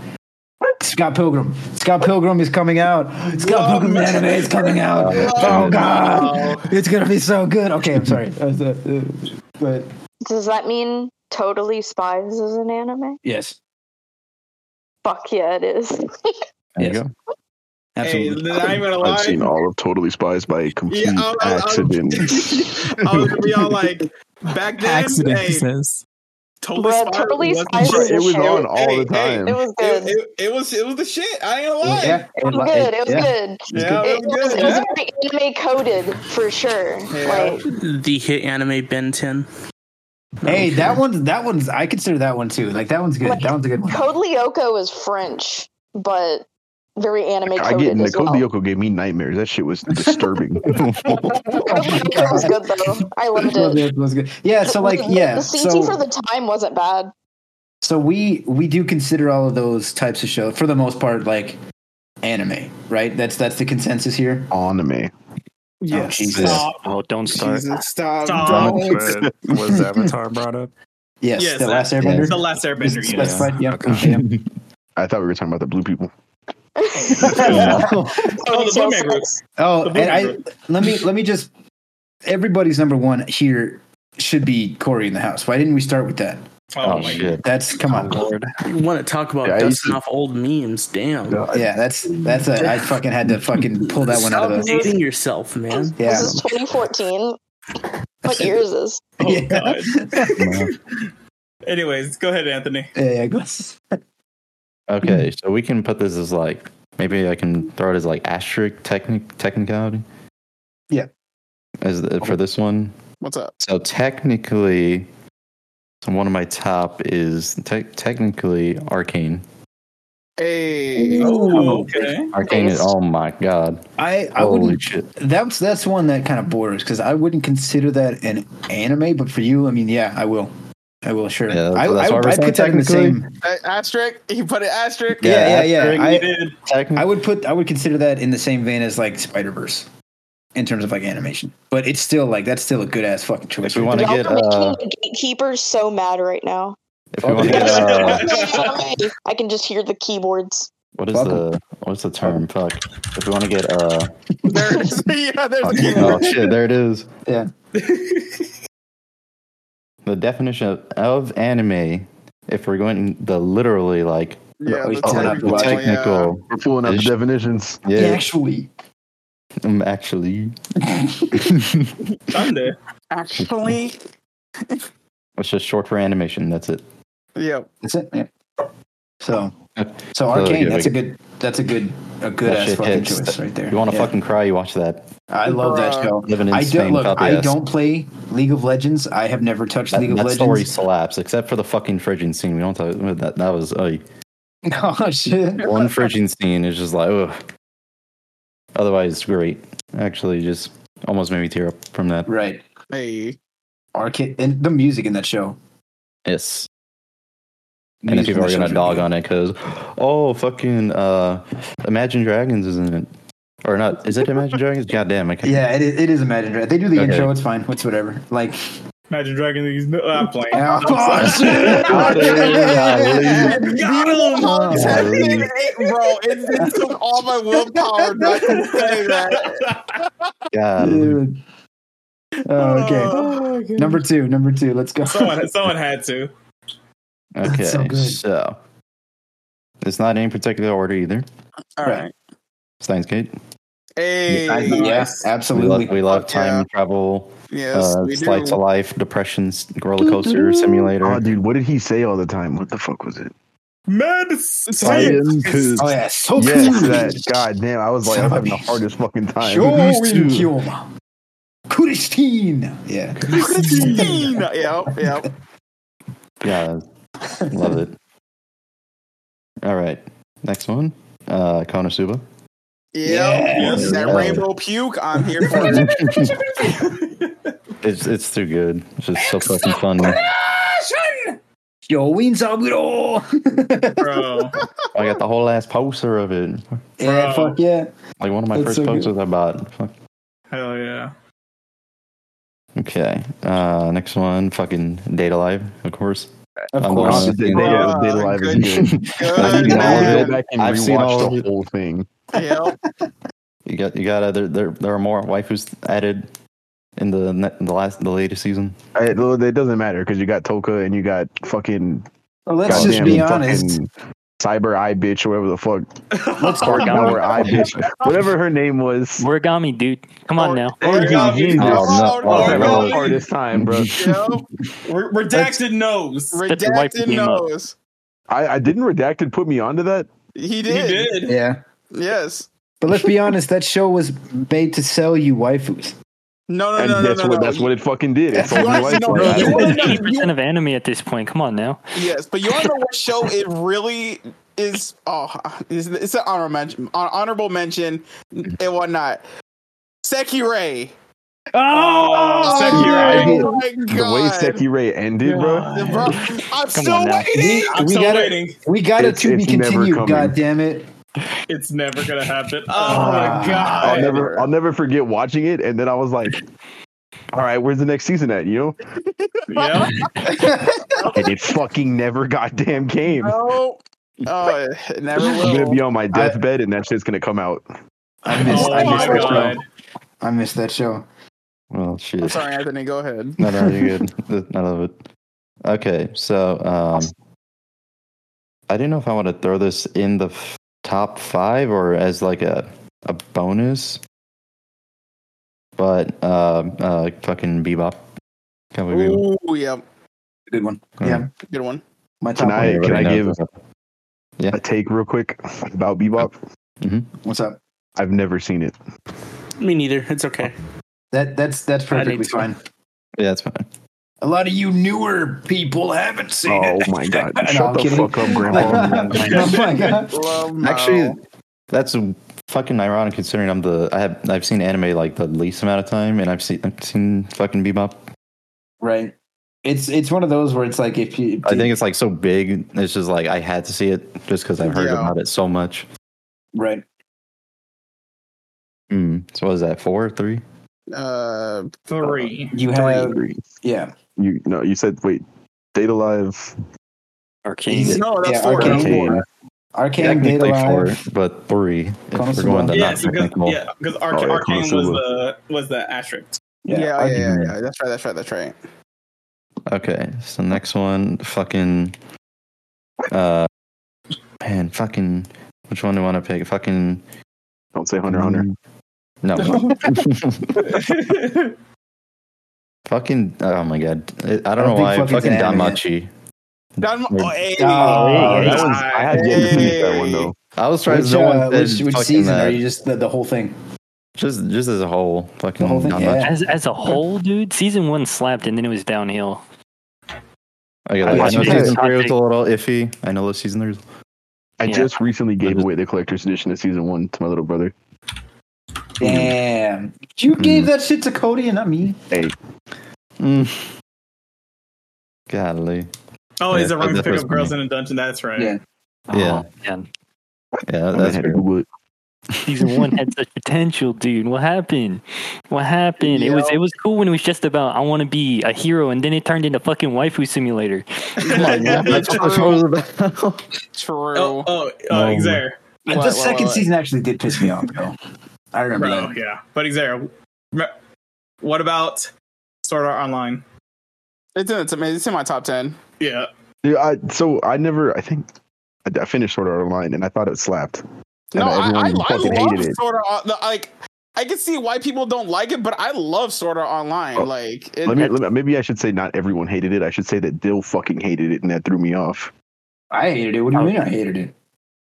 Scott Pilgrim. Scott Pilgrim is coming out. Scott
Love
Pilgrim
it.
anime is coming out.
Love
Oh
it.
god, it's gonna be so good. Okay, I'm sorry. Uh, uh, uh, But
Does that mean Totally Spies is an anime?
yes,
Fuck yeah, it is.
There you
Yes.
go.
Hey,
absolutely.
I'm not even gonna
I've seen
lie.
all of Totally Spies by complete
Yeah, I'll- I'll- I'll-
accident.
I was gonna be all like, back then,
Accident
hey,
says.
totally,
Bruh,
Spies
Totally
wasn't
Spies
shit.
Bruh, it was
Hey,
on all
hey,
the time.
It was
It,
good. It,
it, it was it was the shit. I ain't gonna lie.
Yeah, it
was
li-
good. It was
yeah.
good.
Yeah,
It,
it was
was,
good.
it was
yeah.
very anime coded for sure.
Yeah.
Like
The hit anime Ben 10.
Hey, that one's that one's. I consider that one too. Like that one's good.
Like,
that one's a good one.
Code Lyoko is French, but very anime
I
coded
get
as
Nicole
well.
Dioko gave me nightmares. That shit was disturbing.
Code Lyoko was good though. I loved
Was
it.
good, was good. Yeah. So like,
The- the-
yeah.
the CT
so,
for the time wasn't bad.
so we we do consider all of those types of shows for the most part like anime, right? That's that's the consensus here.
Anime.
Yeah.
Yeah.
Oh, don't start.
Jesus, stop.
Stop.
Don't.
But was Avatar brought up?
Yes,
Yes,
the
that-
last
yeah.
Airbender.
The Last
Is
Airbender.
it
Yeah.
specified? Yeah.
Okay.
yeah.
I thought we were talking about the blue people.
No.
Oh, the Blue Man Group.
Oh,
The
and
Blue Man
I
Group.
let me let me just. Everybody's number one here should be Corey in the house. Why didn't we start with that?
Oh,
Oh my god.
shit.
That's come on.
Oh,
You want to talk about
Yeah, I used
dusting
to-
off old memes? Damn.
No, I-
Yeah, that's that's a. I fucking had to fucking pull that one out of
Stop
the.
dating yourself, man.
Yeah.
This is 2014. What year is this?
Oh
Yeah.
god.
Wow.
Anyways, go ahead, Anthony.
Yeah, yeah, glasses.
Okay,
Mm-hmm.
so we can put this as like maybe I can throw it as like asterisk technic technicality.
Yeah.
As uh, for this one,
What's up?
so technically, so one of my top is te- technically Arcane.
Hey.
Oh, okay.
Arcane is
Based.
oh my god,
I I
holy
wouldn't.
shit!
That's that's one that kind of borders because I wouldn't consider that an anime, but for you, I mean, yeah, I will, I will, sure.
Yeah, that's-
I,
that's
I,
what we're
I
saying
put that in the
technically.
same.
A- asterisk. He put an asterisk.
Yeah, yeah, yeah.
asterisk,
I,
Did
techni-
I would put I would consider that in the same vein as like Spider Verse, in terms of like animation. But it's still like that's still a good ass fucking choice.
if we
right
want to
Y'all
get
are making
uh,
the gatekeeper so mad right now.
if we want to get uh,
I can just hear the keyboards.
what is
Fuck 'em.
the what's the term? Fuck. If we want to get uh,
There's, yeah, there's the
oh shit, there it is.
there. Yeah.
the definition of, of anime if we're going the literally like
Oh,
Yeah, the
he's pulling up
the
Well, yeah.
technical
We're pulling out the
Ish.
definitions.
yeah,
actually.
um, actually
Sunday.
Actually,
it's just short for animation that's it
yeah.
That's it. Yeah. So,
Uh,
so
yeah,
arcane. That's a
like-
good. That's a good a good
That
ass
shit
fucking
hits.
choice right there.
You want to
Yeah.
fucking cry? You watch that.
I love that show.
Living in
I
Spain,
don't look.
copy
I
ass.
don't play League of Legends. I have never touched
That,
League of
that
Legends.
story slaps, except for the fucking fridging scene. We don't talk about that. That was uh,
Oh shit!
one fridging scene is just like, ugh. Otherwise, great. Actually, just almost made me tear up from that.
Right.
Hey.
Arcade and the music in that show.
Yes. And then
Music
people are
in
gonna
that show's
dog on it because, oh fucking, uh, Imagine Dragons isn't it? Or not? Is it Imagine Dragons? Goddamn, I can't.
Yeah, it is, it is Imagine Dragons. They do the
Okay.
intro. It's fine. It's whatever. Like,
Imagine Dragon these. No, I'm playing.
oh,
I'm sorry.
shit.
Got him!
Golly.
bro, it, it took all my willpower not to say that.
Golly.
Dude. Oh, okay. Number two. Number two. Let's go.
someone, someone had to.
Okay,
so
so,
good.
it's not in any particular order either.
All right.
Steins Gate.
Hey.
I- yes,
We
absolutely.
love, we love
Fuck
time
yeah.
travel,
Yes,
uh,
we do.
slice of life, depression, s- roller coaster simulator.
Oh, dude, what did he say all the time? What the fuck was it?
Mad scientist.
oh yeah. So
Yes, that. God damn, I was like, I was having the hardest fucking time.
Shoin Kyoma. Kuristine. Yeah.
yep, yep.
Yeah, love it. All right, next one. Uh, Konosuba. Uh,
Yep. That
Yeah.
rainbow puke, I'm here for it.
It's it's too good. It's just so fucking fun.
Yo, wins up with all.
Bro.
I got the whole ass poster of it.
Yeah,
Bro.
fuck yeah.
Like one of my
That's
first
so good.
posters I bought. Fuck.
Hell yeah.
Okay. Uh, next one. Fucking Data Live, of course. I'm
Of
the
course.
one
Honestly, Data,
Yeah.
Data Live is good. I
Good
need to go
man.
back and
I've seen all
rewatch
of
the
it.
whole thing.
Yep.
You got you got other there there are more waifus added in the ne- in the last the latest season.
I, it doesn't matter because you got Toka and you got fucking
Well, let's
goddamn
just be honest.
fucking Cyber Eye Bitch or whatever the fuck.
Let's
Power Eye Bitch. Whatever her name was.
Origami, dude. Come on now.
Origami
Origami.
Jesus.
Oh, no.
I was
Oh,
having
no.
the hardest time, bro.
Yep.
Re- redacted nose.
That's the wife
Redacted
came up.
knows.
I, I didn't redacted put me onto that.
He
He
did.
did.
Yeah.
Yes.
But let's be honest, that show was made to sell you waifus.
No, no,
And
no, no,
that's
no,
what
no.
that's what it fucking did. It's
You
all my
wanna-
life.
no,
like,
no,
I-
you wanna know-
Eighty
you-
percent of anime at this point. Come on now.
Yes, but you want to know what show it really is? Oh, it's, it's an honorable mention, hon- honorable mention and whatnot. Sekirei.
Oh,
I
Sekiro.
did.
Oh my god!
the way Sekirei ended, bro.
Bro, I'm still
on now.
waiting.
We-
I'm
we
still
gotta-
waiting.
We got it
It's-
to be
it's never
continued,
coming.
god damn it.
It's never gonna happen. Oh
Ah.
my god.
I'll never I'll never forget watching it and then I was like, all right, where's the next season at? You know?
Yeah.
And it fucking never goddamn came.
No. Oh, it never
I'm gonna be
will.
on my deathbed and that shit's gonna come out.
I missed,
Oh
I missed
my
that
god.
show. I missed that show.
Well, Oh, shit.
I'm sorry, Anthony. Go ahead.
No, no, you're good. I love it. Okay, so um, I didn't know if I want to throw this in the f- top five or as like a a bonus, but uh, uh, fucking bebop. Cowboy Bebop.
Ooh, yeah,
Good one.
Mm.
Yeah.
good one.
My top
Can
one.
I can I
Everybody
give
knows
a take real quick about Bebop?
Mm-hmm. What's up?
I've never seen it.
Me neither. It's okay.
That that's that's
I need
perfectly
to-
fine.
Yeah, that's fine.
A lot of you newer people haven't seen
Oh
it.
my god.
No,
Shut
I'm
the
kidding.
fuck up, grandpa.
oh my god.
Love Mao.
Actually, that's fucking ironic considering I'm the I have I've seen anime like the least amount of time, and I've seen I've seen fucking Bebop.
Right. It's it's one of those where it's like if you
I think it's like so big. It's just like I had to see it just because I've heard
Yeah.
about it so much.
right.
Mm. So what is that four or three?
uh,
Three.
You have yeah.
You no, you said wait, Data Live
Arcane.
Is it-
no, that's
yeah,
four. That's
Arcane.
four.
Arcane.
Arcane Data Live.
but three. If
Konosuba.
we're going to
Yeah,
not
because
technical.
yeah, because
Oh, yeah,
Arcane was
Konosuba.
the was the asterisk.
Yeah, yeah,
Ar-
yeah, yeah, yeah. That's right. That's right. That's right.
Okay, so next one, fucking, uh, man, fucking, which one do I want to pick? Fucking
Don't say Hunter x Hunter.
No. fucking, oh my god, I I don't know
think
why.
fucking's
Fucking
anime.
Danmachi.
Don- oh, hey.
Oh,
that one's- I had yet to finish that one though.
I was trying
which,
no one
uh,
said
which, which
fucking
season
that.
are you just the, the whole thing?
Just just as a whole, fucking
whole thing?
not
Yeah.
much.
As as a whole, dude, season one slapped and then it was downhill.
I,
I
got I know
watched
season
it.
three was a little iffy. I know this season there's
I
Yeah.
just recently gave away the collector's edition of season one to my little brother.
Damn. You gave
Mm-hmm.
that shit to Cody and not me.
Hey,
mm. Godly.
Oh, is
Yeah,
it wrong to
that
pick
was
up girls
me.
in a dungeon? That's right.
Yeah.
Yeah.
Oh, man.
Yeah,
I'm gonna
that's
have to Google it.
Season one had such potential, dude. What happened? What happened? It was it was cool when it was just about I want to be a hero, and then it turned into fucking waifu simulator. Come on, man.
that's what the show was about.
True.
Oh, oh, oh
No.
Xer.
What,
the
what,
second
what?
season actually did piss me off, though. I remember
Bro,
that.
yeah. But Xer, rem- what about Sword Art Online?
It's in, it's, in- it's in my top ten.
Yeah.
Dude, I, so I never. I think I, I finished Sword Art Online, and I thought it slapped. And
No, I, I,
everyone
I
fucking
love
hated it.
Sword Art. On- the- Like, I can see why people don't like it, but I love Sword Art Online.
Oh,
like, it,
Let me, let me. Maybe I should say not everyone hated it. I should say that Dill fucking hated it, and that threw me off.
I hated it. What do you mean I hated it?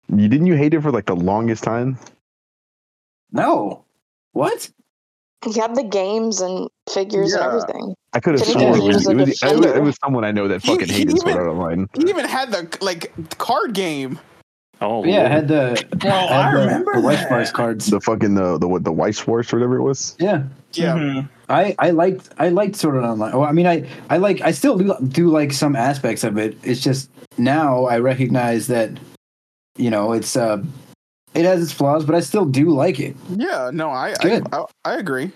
You didn't you hate it for like the longest time?
No. What?
He had the games and figures
Yeah.
and everything.
I could have
Didn't
sworn it
he
was,
use a
it, was, it, was,
defender?
it was someone I know that
He-
fucking
he
hated Sword
even-
Art Online.
he even had the like card game.
Oh,
yeah, I
Lord.
had the.
Bro,
had
I
the,
remember
the Wife
that.
Price cards.
The fucking the the what the Weisswurst or whatever it was.
Yeah.
Yeah,
Mm-hmm.
Mhm.
I, I liked I liked Sword Art Online. Well, I mean, I, I like I still do, do like some aspects of it. It's just now I recognize that you know it's uh it has its flaws, but I still do like it.
yeah. No, I I,
Good.
I I agree.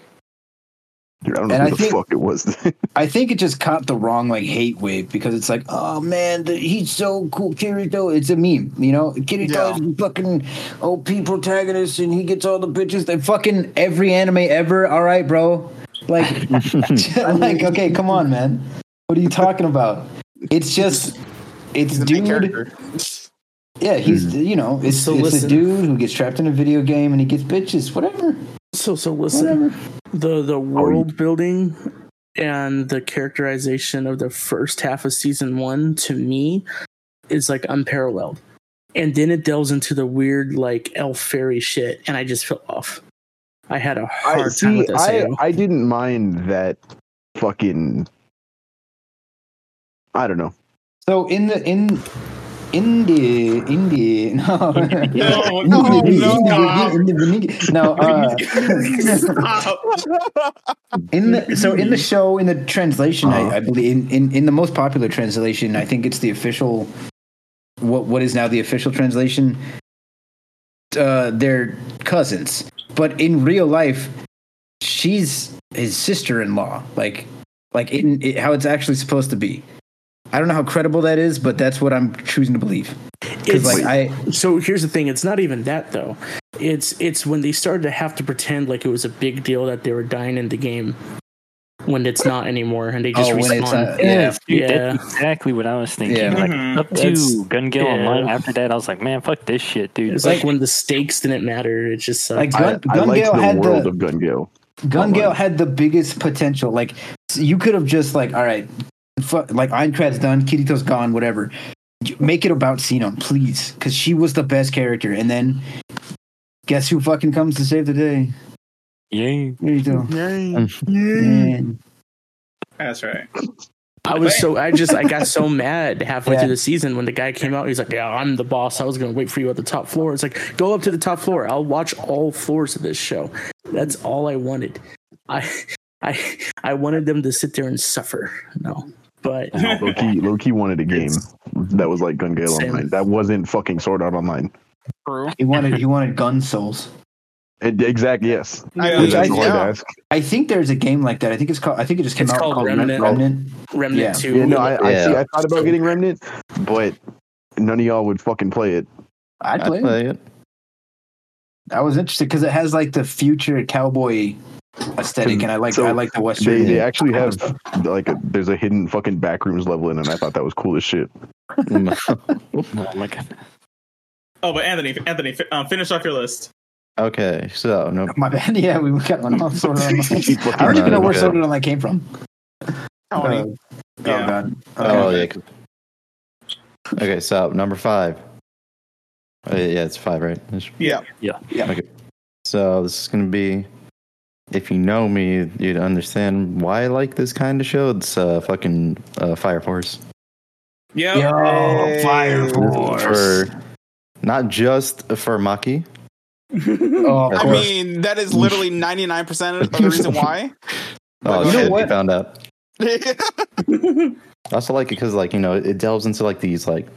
Dude, I don't know
And
who
I
the
think-
fuck it was.
I think it just caught the wrong like hate wave because it's like, oh man, the, he's so cool, Kirito. It's a meme, you know. Kirito is fucking OP protagonist, and he gets all the bitches. They fucking every anime ever. All right, bro. Like, like okay, come on, man. What are you talking about? It's just,
He's
it's
the main
dude.
character.
Yeah, he's you know, it's,
So
it's
listen.
a dude who gets trapped in a video game and he gets bitches. Whatever,
So so listen,
whatever.
the the world building and the characterization of the first half of season one to me is like unparalleled. And then it delves into the weird like elf fairy shit, and I just fell off. I had a hard
I
time
see.
with that.
I,
sale.
I didn't mind that fucking. I don't know.
So in the in. Indie, indie, no,
No,
No,
no, no.
no, uh,
Stop.
in the so in the show in the translation, I, I believe in, in in the most popular translation, I think it's the official what what is now the official translation. Uh, they're cousins, but in real life, she's his sister-in-law. Like like in it, how it's actually supposed to be. I don't know how credible that is, but that's what I'm choosing to believe. Because
It's-
like I
so here's the thing it's not even that though it's it's when they started to have to pretend like it was a big deal that they were dying in the game when it's not anymore and they just
Oh, when it's,
respawn
uh, yeah.
Dude,
yeah
that's exactly what I was thinking.
Yeah.
Like
Mhm.
up
That's-
to Gun Gale
yeah.
Online. After that, I was like, man, fuck this shit, dude.
it's like, when the stakes didn't matter it just
like
I,
sucked.
Gun,
I
Gun
liked
Gale
the
had
world
the
of Gun Gale.
Gun
Online.
Gale had the biggest potential. Like s- you could have just like, all right, fu- like Einkrad's done, Kirito's gone, whatever. You- Make it about Xenon, please, because she was the best character. And then, guess who fucking comes to save the day?
Yay.
Kirito.
Um,
Yay.
Man.
That's right.
i was so i just i got so mad halfway
Yeah.
through the season when the guy came out he's like yeah i'm the boss i was gonna wait for you at the top floor it's like go up to the top floor i'll watch all floors of this show that's all i wanted i i i wanted them to sit there and suffer no but
low key, low key wanted a game that was like Gun Gale
Same.
Online. That wasn't fucking Sword Art Online.
True.
He wanted he wanted gun souls.
It, exactly. Yes.
Yeah.
Which
That's
I,
hard to ask.
I think there's a game like that. I think it's called. I think it just came
It's
out
called
called,
Remnant.
Remnant.
Remnant
Yeah.
2.
Yeah, no, I, I,
Yeah.
see, I thought about getting Remnant, but none of y'all would fucking play it.
I
I
played.
play it.
I was interested because it has like the future cowboy aesthetic, and I like
So
I like the western.
They, they actually have like a, there's a hidden fucking backrooms level in, it, and I thought that was cool as shit.
Oh my god.
Oh, but Anthony, Anthony, fi- um, finish off your list.
okay, so no
My bad. Yeah, we got one off Sword Art Online.
Fucking
I don't even know where
Okay.
Sword Art Online came from.
Tony.
Uh,
Yeah.
Oh god.
Oh yeah.
Okay.
'cause- Okay, so number five. Uh, yeah, it's five, right?
Yeah.
Yeah.
Yeah.
Okay. So this is gonna be. If you know me, you'd understand why I like this kind of show. It's uh, fucking uh, Fire Force.
Yep.
Yo, fire
This is For not just for Maki.
Oh,
Of
I
course.
mean, that is literally 99% of the reason why.
Oh,
go
shit,
ahead.
we found out.
yeah,
I also like it because, like, you know, it delves into like these, like,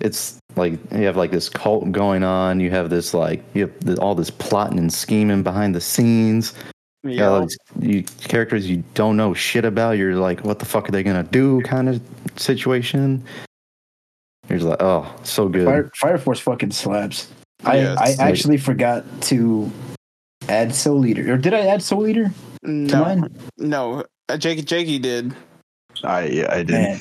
it's like you have like this cult going on. You have this, like, you have th- all this plotting and scheming behind the scenes. You got all these you, characters you don't know shit about. You're like, what the fuck are they gonna do? Kind of situation. You're just like, oh, so good.
Fire, Fire Force fucking slaps. I,
Yes.
I
Like-
actually forgot to add Soul Leader. Or did I add Soul Leader to
no,
mine?
no. Uh, Jakey, Jakey did.
I yeah, I didn't.
Man.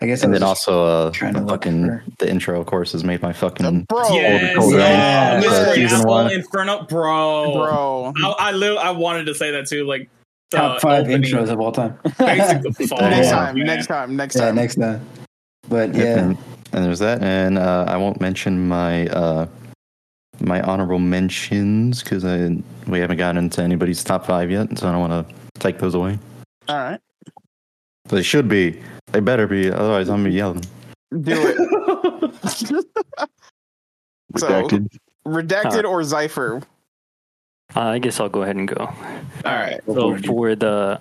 I guess
and
I
then
was just
also, uh,
trying to
the
look
fucking
for-
the intro, of course, has made my fucking
Bro,
Yes.
Cold Rain.
Oh,
Yeah.
Mr.
Season
Apple
one.
Inferno, bro.
bro.
I, I, li- I wanted to say that too. Like the
top five
opening.
intros of all time.
Basically,
Next
Next yeah.
time, next time, next
yeah,
time.
next time. But
Yep,
yeah,
And, and there's that, and uh, I won't mention my uh, my honorable mentions because I we haven't gotten into anybody's top five yet, so I don't want to take those away.
All right,
They should be. They better be. Otherwise, I'm gonna be yelling.
do it. So-
Redacted.
Redacted or Zypher?
Uh, I guess I'll go ahead and go.
All right.
So for the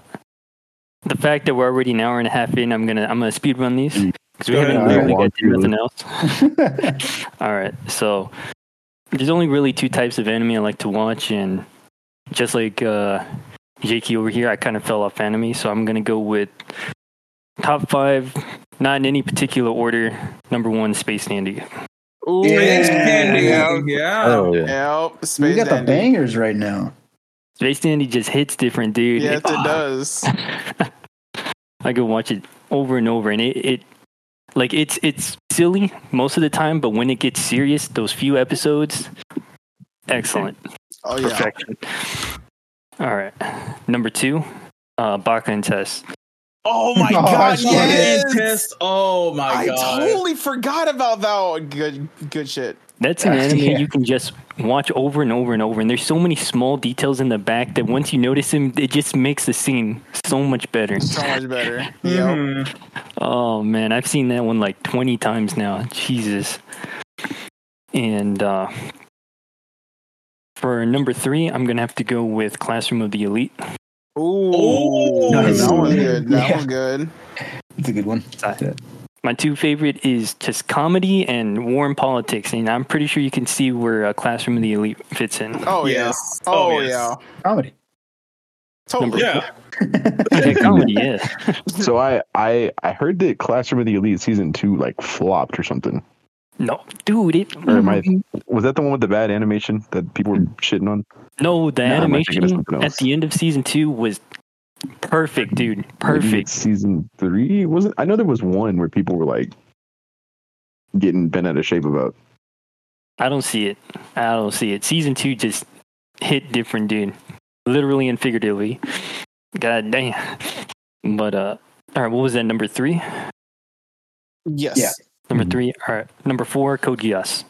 the fact that we're already an hour and a half in, I'm gonna I'm gonna speed run these because we
Go ahead.
haven't
All right.
really got to
Walk
nothing else. All right, so there's only really two types of anime I like to watch, and just like uh, Jakey over here, I kind of fell off anime, so I'm gonna go with top five, not in any particular order. Number one, Space Dandy.
Ooh,
Yeah.
Yeah. yeah.
Oh yeah.
Yep. Space
we got the
Dandy.
bangers right now.
Space Dandy just hits different, dude.
Yes,
Ah.
it does.
I could watch it over and over, and it, it like it's it's silly most of the time, but when it gets serious, those few episodes, excellent,
Oh yeah.
perfection. All right, number two, uh, Baka and Tess.
Oh my
Oh,
god.
shit.
Yes. Test. Oh my
I
god.
totally forgot about that. one. Good, good shit.
That's an
Yeah.
anime you can just watch over and over and over, and there's so many small details in the back that once you notice them, it just makes the scene so much better.
So much better. Yep.
Mhm.
Oh man, I've seen that one like 20 times now. Jesus. And uh for number 3, I'm going to have to go with Classroom of the Elite.
Ooh,
Nice.
that one's good. That
Yeah.
one's good.
It's a good one.
Uh, My two favorite is just comedy and warm politics, and I'm pretty sure you can see where uh, Classroom of the Elite fits in.
Oh yeah.
Yes.
Oh,
yes.
yeah.
Comedy.
Totally.
Yeah.
Yeah, comedy, yeah.
So I, I I heard that Classroom of the Elite season two like flopped or something.
No, dude, it
Or am I? Was that the one with the bad animation that people were shitting on?
no, the
Nah, I'm not thinking of
animation
something
at
else.
the end of season 2 was perfect, dude.
Maybe
Perfect.
it's season three wasn't. I know there was one where people were like getting bent out of shape about.
I don't see it. I don't see it. Season two just hit different, dude. Literally and figuratively. God damn. But uh, all right. What was that? Number three.
Yes.
Yeah.
Number
Mm-hmm.
Mhm.
three. All right. Number four. Code Geass.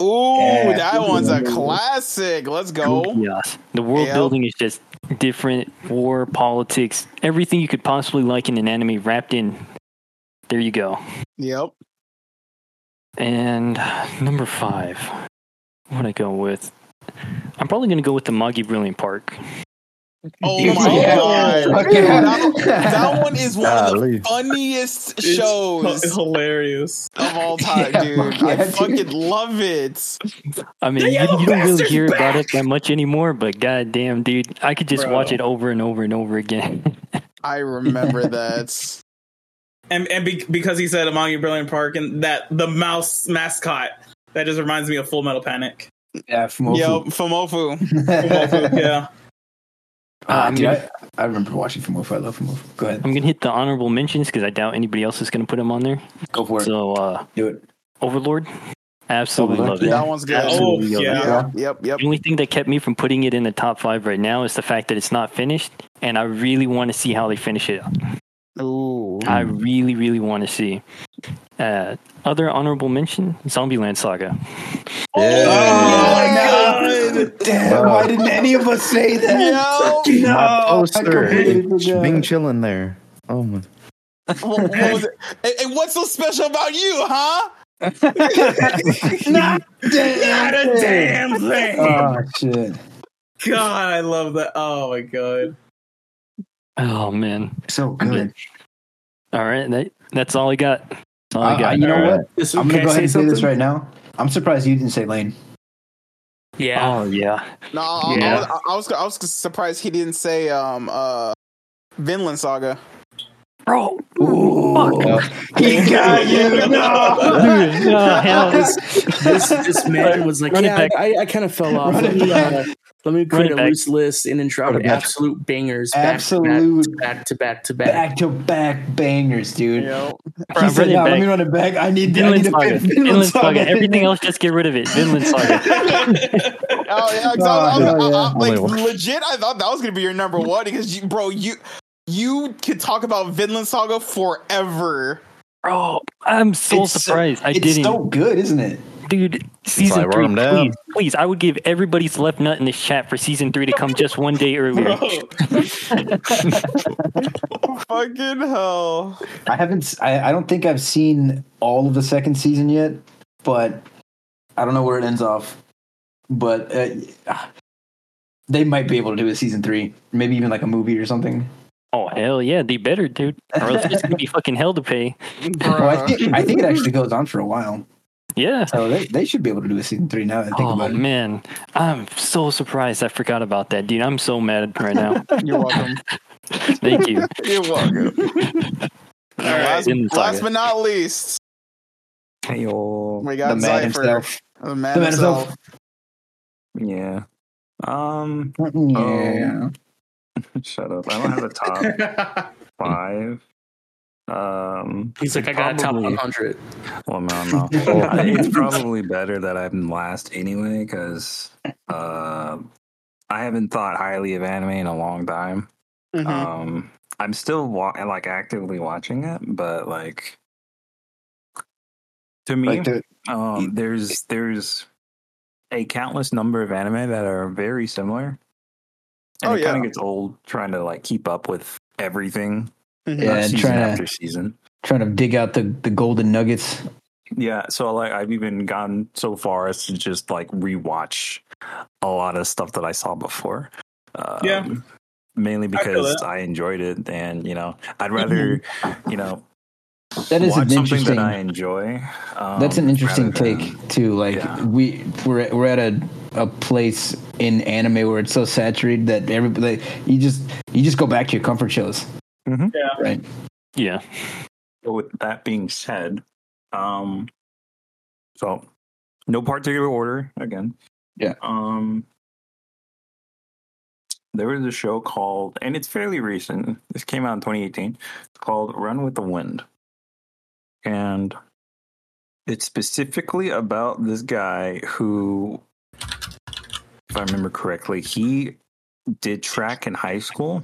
Ooh,
Yeah.
that one's a
Yeah.
classic. Let's
Code
go.
Geass. The world
Yeah.
building is just different. War, politics, everything you could possibly like in an anime wrapped in. There you go.
Yep.
And number five. What I go with? I'm probably gonna go with the Magi Brilliant Park.
Oh my
Yeah.
god.
Fuck yeah.
That, that one is one of the
Golly.
funniest
It's
shows
hu- hilarious.
of all time,
Yeah,
dude.
fuck yeah,
I
dude.
fucking love it.
I mean, you, you don't really hear about it that much anymore, but goddamn, dude, I could just
Bro.
watch it over and over and over again.
I remember that.
And and be, because he said Amagi Brilliant Park and that the mouse mascot that just reminds me of Full Metal Panic.
Yeah,
Yep,
Fumofu.
Famofu.
yeah.
Ah,
Um,
dude, I, I remember watching Fumofu. I love Fumofu. Go ahead.
I'm gonna hit the honorable mentions because I doubt anybody else is gonna put them on there.
Go for it.
So, uh,
Do it.
Overlord, absolutely love
Overlord,
it.
yeah.
That one's good.
Oh
Absolutely.
yeah.
Yep, yep, yep.
The only thing that kept me from putting it in the top five right now is the fact that it's not finished, and I really want to see how they finish it.
Ooh.
I really, really want to see. Uh, other honorable mention: Zombieland Saga.
Oh, my god! Damn,
Wow.
why didn't any of us say that?
My poster.
completely
It's
forgot.
Bing chilling there. Oh my.
What, what was it? Hey, hey, what's so special about you, huh?
Not a
Not a damn thing.
Uh,
Oh shit!
God, I love that. Oh my god.
Oh man!
So good.
All right, that, that's all I got. That's all I
Uh,
got.
you know
Alright.
what?
This-
I'm
can
gonna
I
go ahead
say
and say this
something?
right now. I'm surprised you didn't say Lane.
Yeah.
Oh yeah.
No, I, I- I
Yeah.
was- I, was I was surprised he didn't say um uh Vinland Saga.
Bro,
He got you. No.
dude, oh, hell,
this this man was like,
Run it
yeah,
back.
I, I kind of fell off.
Run
Let
it
me,
back.
uh, let me
Run
create
it
a
back.
loose list and then drop
Run it back.
absolute bangers.
Absolute.
Back to back to back.
Back to back bangers, dude.
You know,
He
Bro,
said,
run it
"No, let
back.
me run it back. I need, I
Vinland
need a
Saga.
fifth
Vinland Saga. Everything else, just get rid of it. Vinland Saga.
oh yeah, 'cause
Oh,
Uh,
I was- I was-
hell
I- I-
yeah.
like
Only one.
legit. I thought that was gonna be your number one because you, bro, you you could talk about Vinland Saga forever.
Bro, I'm so
It's so-
surprised. I
it's
didn't.
so good, isn't it?
Dude, season
like, write
three,
'em down.
please, please. I would give everybody's left nut in this chat for season three to come just one day earlier.
Fucking hell.
I haven't. s- I, I don't think I've seen all of the second season yet, but I don't know where it ends off. But uh, ah, they might be able to do a season three, maybe even like a movie or something.
Oh hell yeah, they better, dude. Or else it's gonna be fucking hell to pay.
Well, I, think, I think it actually goes on for a while,
Yeah.
so they, they should be able to do a season three now. That I think
Oh
about it.
man, I'm so surprised. I forgot about that, dude. I'm so mad right now.
You're welcome.
Thank you.
You're welcome. last,
Vinland
last
Saga.
but not least,
Yo,
we
The
got
man
Zypher.
himself.
The man,
The man
himself.
himself.
yeah. Um, oh.
Yeah.
shut up. I don't have a top five. Um,
He's like, I got a top
Probably.
100.
well, no, no. I- it's probably better that I'm last anyway, because uh, I haven't thought highly of anime in a long time.
Mhm.
Um, I'm still wa- like actively watching it, but like to me,
Like the,
um, there's there's a countless number of anime that are very similar, and
Oh,
it kind
yeah.
of gets old trying to like keep up with everything uh,
yeah, and
season
trying to
after season.
trying to dig out the, the golden nuggets.
Yeah, so like I've even gone so far as to just like rewatch a lot of stuff that I saw before. Um,
Yeah.
mainly
I feel
because
that.
I, enjoyed it, and you know, I'd rather you know
Mm-hmm. That is
watch
an
something
interesting.
that I enjoy. Um,
That's an interesting
rather than-
take too. Like
yeah.
we we're at, we're at a a place in anime where it's so saturated that everybody you just you just go back to your comfort shows.
Mhm.
Yeah.
Right.
Yeah.
But with that being said, um, so no particular order again.
Yeah.
Um, there was a show called, and it's fairly recent. This came out in 2018. It's called Run with the Wind, and it's specifically about this guy who, if I remember correctly, he did track in high school.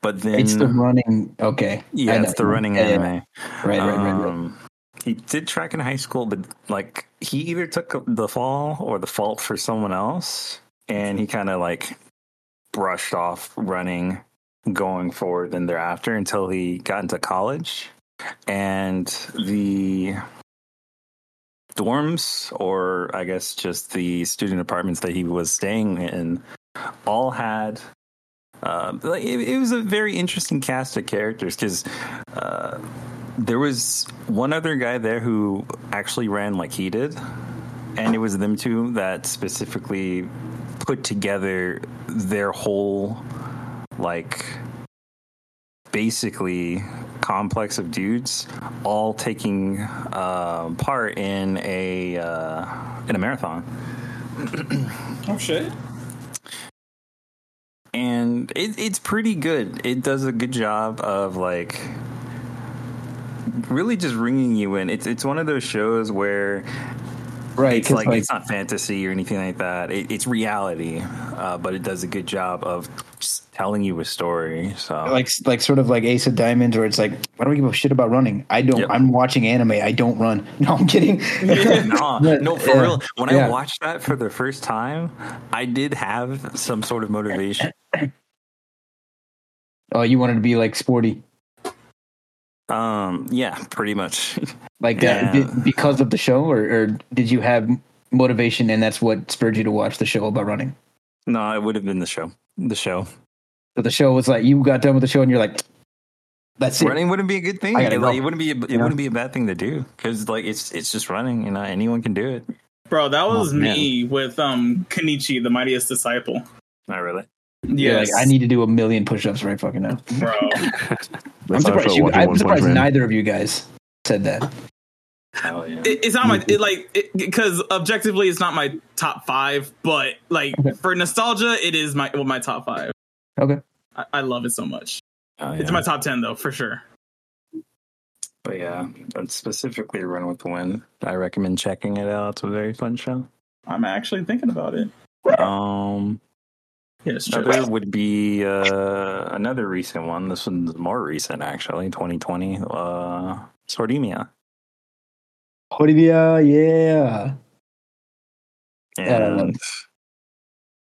But then
It's the running. Okay. I
yeah,
know.
it's the running
Yeah, yeah.
anime.
Right. Right. Right. right.
Um, he did track in high school, but like he either took the fall or the fault for someone else, and he kind of like brushed off running going forward and thereafter until he got into college, and the dorms or I guess just the student apartments that he was staying in all had um, like it, it was a very interesting cast of characters because uh, there was one other guy there who actually ran like he did, and it was them two that specifically put together their whole like basically complex of dudes all taking uh, part in a uh, in a marathon.
Oh shit.
and it, it's pretty good. It does a good job of like really just ringing you in. It's it's one of those shows where
Right,
It's
'cause,
like,
like-
it's not fantasy or anything like that. It, it's reality, uh, but it does a good job of just telling you a story. So
like like sort of like Ace of Diamonds, where it's like, why do we give a shit about running? I don't.
Yep.
I'm watching anime. I don't run. No, I'm kidding.
no,
Yeah,
no, for
yeah,
real. When
uh, yeah.
I watched that for the first time, I did have some sort of motivation.
oh, you wanted to be like sporty,
Um, yeah, pretty much.
like uh, that
Yeah.
be- because of the show, or, or did you have motivation and that's what spurred you to watch the show about running?
No, it would have been the show. The show.
So the show was like you got done with the show and you're like, that's it.
Running wouldn't be a good thing.
I gotta
It, like,
go.
it wouldn't be. A, it
Yeah.
wouldn't be a bad thing to do because like it's it's just running. You know, anyone can do it.
Bro, that was
Oh, man.
me with um Kenichi, the mightiest disciple.
Not Oh, really.
You're
Yes,
like, I need to do a million push-ups right fucking now.
bro.
I'm
how I
surprised.
felt
You, I'm
watching One Punch
surprised
Man.
neither of you guys said that.
Oh yeah.
It, it's not
Mm-hmm.
my it, like because objectively it's not my top five, but like
Okay.
for nostalgia, it is my well my top five.
Okay.
I, I love it so much.
Oh, yeah.
It's my top ten though for sure.
But yeah, I'd specifically Run with the Wind. I recommend checking it out. It's a very fun show.
I'm actually thinking about it.
Um,
Yeah, it's true.
another would be uh, another recent one. This one's more recent, actually, 2020. Uh, Sordemia.
Horibia, yeah. Yeah, I love
And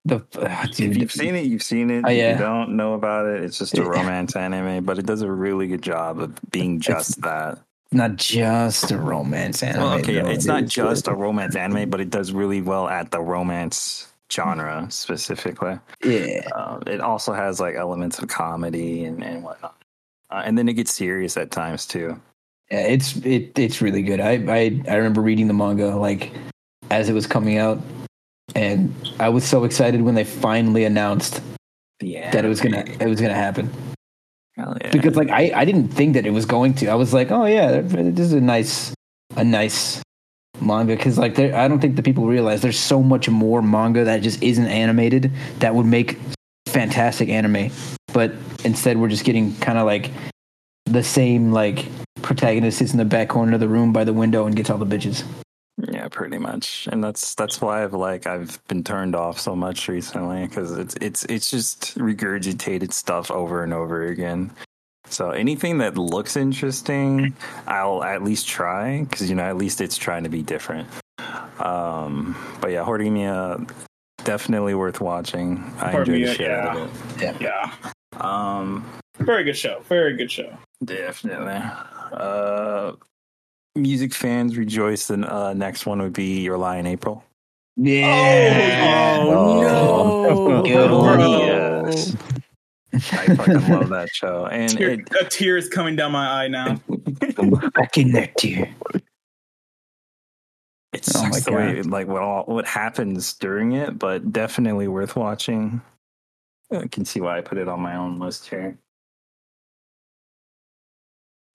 The ah, dude,
if you've seen it, you've seen it.
Oh,
If
yeah.
you don't know about it, it's just a romance anime, but it does a really good job of being just that.
not just a romance anime.
Well, okay,
though.
it's
It
not
is
just
good.
a romance anime, but it does really well at the romance genre specifically.
yeah.
Um, it also has like elements of comedy and, and whatnot. Uh, and then it gets serious at times too.
Yeah, it's it it's really good. I I I remember reading the manga like as it was coming out, and I was so excited when they finally announced
Yeah.
that it was gonna it was gonna happen
Hell yeah.
because like I I didn't think that it was going to. I was like, oh yeah, this is a nice a nice manga because like there, I don't think the people realize there's so much more manga that just isn't animated that would make fantastic anime, but instead we're just getting kind of like the same like protagonist sits in the back corner of the room by the window and gets all the bitches.
Yeah, pretty much, and that's that's why I've like I've been turned off so much recently because it's it's it's just regurgitated stuff over and over again. So anything that looks interesting, I'll at least try because you know at least it's trying to be different. Um, but yeah, Hortimia definitely worth watching. I enjoyed the
Hortimia,
shit out of it.
Yeah,
Um,
very good show. Very good show.
Definitely. Uh, music fans rejoice. The uh, next one would be Your Lie in April.
Yeah.
Oh, no.
Good one.
Bro.
Yes. I fucking love that show. And
Tear,
it,
a tear is coming down my eye now.
Back in there, dear.
it
Oh my
sucks the way, like, what, all, what happens during it, but definitely worth watching. I can see why I put it on my own list here.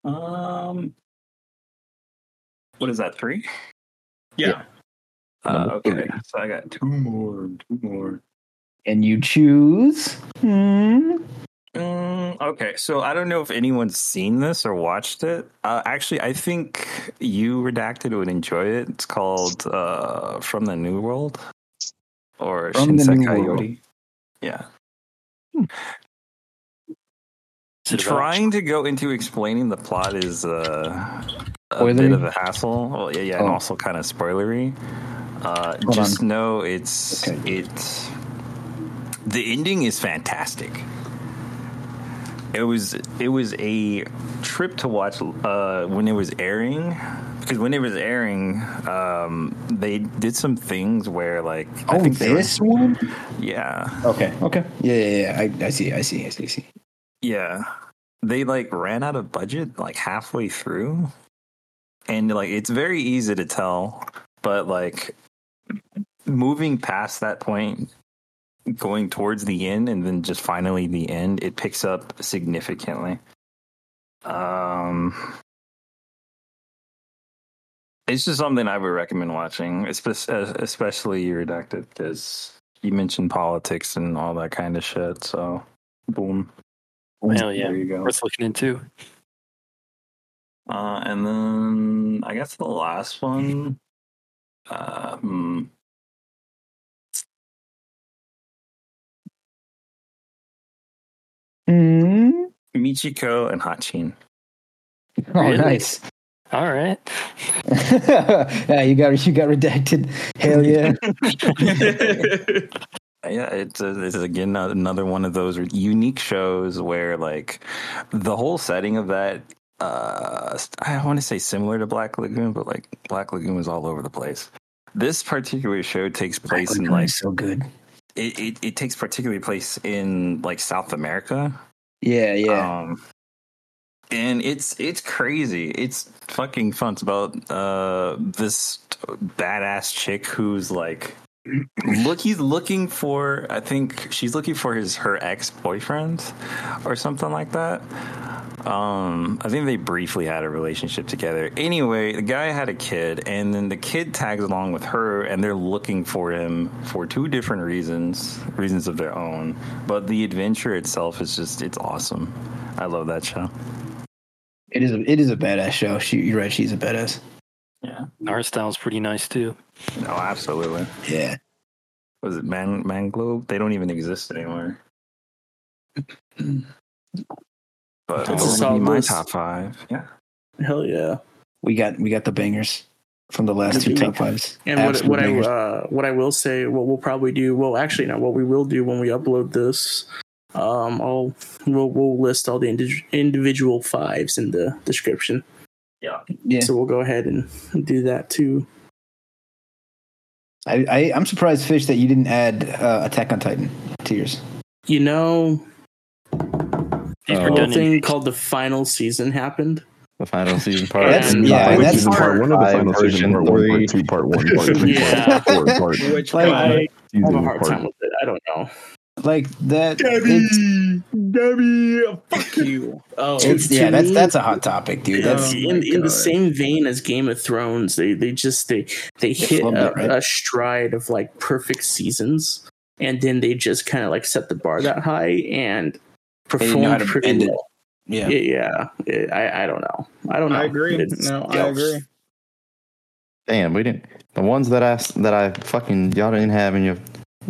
Um, what is that, three?
Yeah.
Uh, okay, so I got two more, two more.
And you choose. Hmm.
Mm, okay, so I don't know if anyone's seen this or watched it. Uh, actually, I think you redacted would enjoy it. It's called uh, "From the New World" or
From the
Shinsei
New World.
Coyote. Yeah,
Is it about-
Hmm. trying to go into explaining the plot is uh, a bit
Spoilery?
of a hassle. Oh, yeah, yeah, and
Oh.
also kind of spoilery. Uh,
Hold
just
on.
know it's
Okay.
it's the ending is fantastic. It was it was a trip to watch uh, when it was airing because when it was airing, um, they did some things where like I
Oh,
think they were-
this one.
yeah
Okay. Okay. Yeah. Yeah. yeah. I, I see. I see. I see. I see.
Yeah. They like ran out of budget like halfway through. And like it's very easy to tell, but like moving past that point going towards the end and then just finally the end, it picks up significantly. Um it's just something I would recommend watching, espe- uh, especially Redacted, because you mentioned politics and all that kind of shit. So, boom.
Hell yeah.
There you go.
Worth looking into.
Uh, and then I guess the last one Uh, hmm.
Mm-hmm.
Michiko and Hachin.
Oh, nice.
All right.
yeah, you got you got redacted. Hell yeah.
Yeah, it's, a, it's again another one of those unique shows where like the whole setting of that. Uh, I want to say similar to Black Lagoon, but like Black Lagoon was all over the place. This particular show takes place in like
so good.
it, it, it takes particularly place in like South America.
Yeah, yeah.
Um, and it's it's crazy. It's fucking fun. It's about uh this badass chick who's like look he's looking for I think she's looking for his her ex boyfriend or something like that. Um I think they briefly had a relationship together. Anyway, the guy had a kid and then the kid tags along with her and they're looking for him for two different reasons, reasons of their own. But the adventure itself is just it's awesome. I love that show.
It is a, it is a badass show. She, you're right. She's a badass.
Yeah.
Art style's pretty nice too.
No, absolutely.
Yeah.
Was it Man Man Globe? They don't even exist anymore. But
That's a
those would be
solid
my
list.
top five. Yeah.
Hell yeah.
We got we got the bangers from the last two top fives.
And what,
Absolute
what I
bangers.
uh, what I will say, what we'll probably do, well, actually, no, what we will do when we upload this, um, I'll we'll, we'll list all the indi- individual fives in the description.
yeah.
So we'll go ahead and do that too.
I, I I'm surprised, Fish, that you didn't add uh, Attack on Titan to yours.
You know,
These
Oh.
were
a
done
whole thing
in
called the final season happened.
The final season part.
That's-
and
yeah,
final
that's
season
part
one of the
five,
final season,
version
part one,
three.
part two, part one, part three,
Yeah.
part four, part
Which
Like-
God.
I have a
season,
hard time
part
with it. I don't know.
Like that. It's,
Debbie, Debbie, fuck you. Oh,
it's-
To-
yeah,
to
that's
me-
that's a hot topic, dude. That's
Um,
That's in, in the same vein as Game of Thrones. They they just they they hit
flubbed
a,
it, right?
a stride of like perfect seasons, and then they just kind of like set the bar that high and
didn't know how
performed
to
pretty
bend it.
well.
yeah.
Yeah, yeah. It- I I don't know. I don't know.
I agree.
It's-
no, I
yeah.
agree.
Damn, we didn't. The ones that I s- that I fucking y'all didn't have in your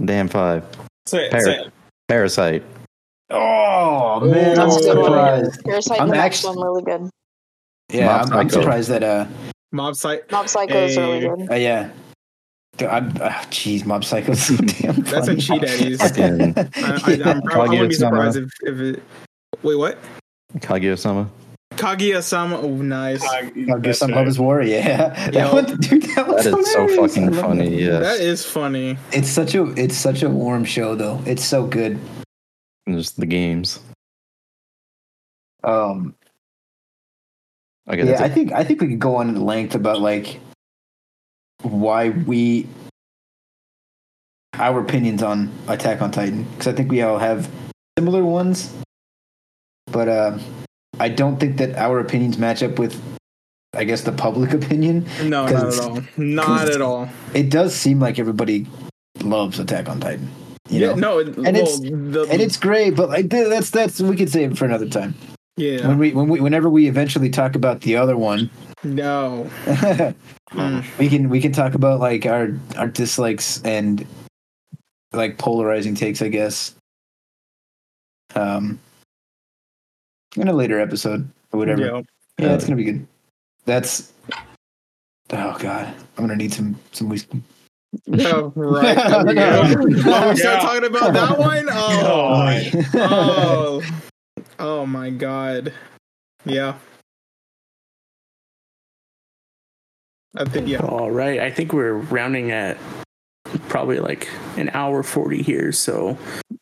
damn five.
So,
Parrot.
so
Parasite.
Oh
man,
I'm
I'm surprised.
surprised.
Parasite
I'm
and the next
actually-
one really good.
Yeah,
Mob
I'm, I'm
Psycho.
surprised that. Uh,
Mob site.
Mob Psycho is really
Hey,
good.
uh yeah. Dude, I'm, ah, jeez, Mob Psycho's so damn.
That's
funny.
a cheat at ease.
Fucking
I, I, I'm, I, I wouldn't be surprised if, if it. Wait, what?
Kaguya Sama.
Kaguya sama. Oh, nice.
I'll give some Love is War. Yeah,
Yo.
that one, dude, that was
That is so
hilarious. I
fucking
love that.
funny.
That
Yes.
is funny.
It's such a it's such a warm show though. It's so good.
And Just the games.
Um,
Okay,
yeah,
that's
I
it.
think I think we could go on at length about like why we our opinions on Attack on Titan because I think we all have similar ones, but uh, I don't think that our opinions match up with I guess the public opinion.
No, not at all. Not at all.
It does seem like everybody loves Attack on Titan. You
yeah,
know?
no. It, well,
it's-
the,
and it's great, but like th- that's that's we could save it for another time.
yeah.
When we when we whenever we eventually talk about the other one,
No. Mm.
we can we can talk about like our our dislikes and like polarizing takes, I guess. Um, in a later episode or whatever.
Yeah.
Yeah, that's gonna be good. That's oh god, I'm gonna need some some whiskey.
Yeah, Oh, right. There we go. When we start talking about that one, oh, oh, oh my god, yeah. I think yeah.
All right. I think we're rounding at probably like an hour forty here. So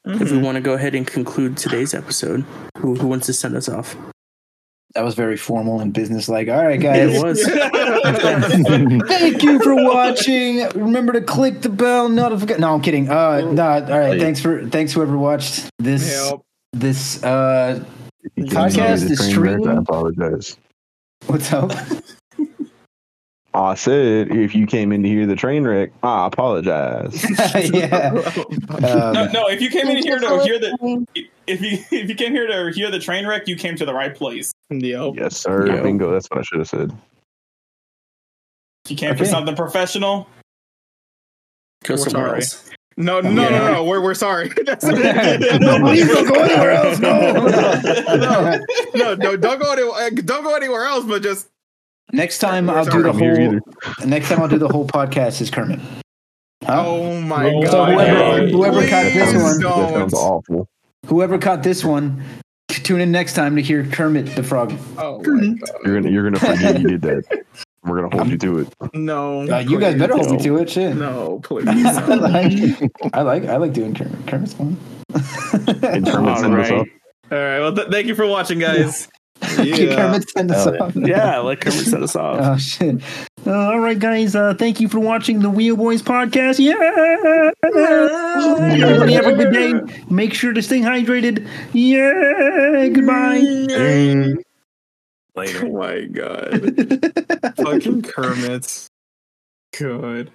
if we
Mm-hmm.
want to go ahead and conclude today's episode, who who wants to send us off?
that was very formal and businesslike. All right, guys.
It was.
Thank you for watching. Remember to click the bell notification. No, I'm kidding. Uh, no, all right. Thanks for thanks whoever watched this
Help.
this uh
If you
Podcast
didn't hear the
is
train wreck, I
streaming.
apologize.
what's up?
I said if you came in to hear the train wreck, I apologize.
yeah.
no,
Um,
no, if you came in
Thank you
here
for
to hear the
listening.
if you if you came here to hear the train wreck, you came to the right place.
Yeah.
yes, sir.
Yeah.
Bingo. That's what I should have said.
If you came for
Okay.
something professional, Go somewhere else.
No, no, no, no, We're we're sorry. That's no,
please don't go anywhere else. No.
no, no, don't go anywhere. Don't go anywhere else. But just
Next time I'll do the whole. Next time I'll do the whole podcast is Kermit.
oh my god!
So whoever whoever caught
Please
this one,
That sounds
don't.
awful.
whoever caught this one, tune in next time to hear Kermit the Frog.
Oh my
You're gonna you're gonna forget you did that. We're gonna hold you to it.
god! No,
Uh, you guys better hold me to it. Shit.
no, please.
I like, I like I like doing Kermit. Kermit's fun.
In terms of send us
Alright.
up.
All right. Well, th- thank you for watching, guys.
Kermit send us off.
Yeah, let Kermit send us off.
Oh shit! Uh, all right, guys. Uh, thank you for watching the Wheel Boys podcast. Yeah. Everybody have a good day. Make sure to stay hydrated. Yeah. Goodbye.
Later.
Oh my god! Fucking Kermit. Good.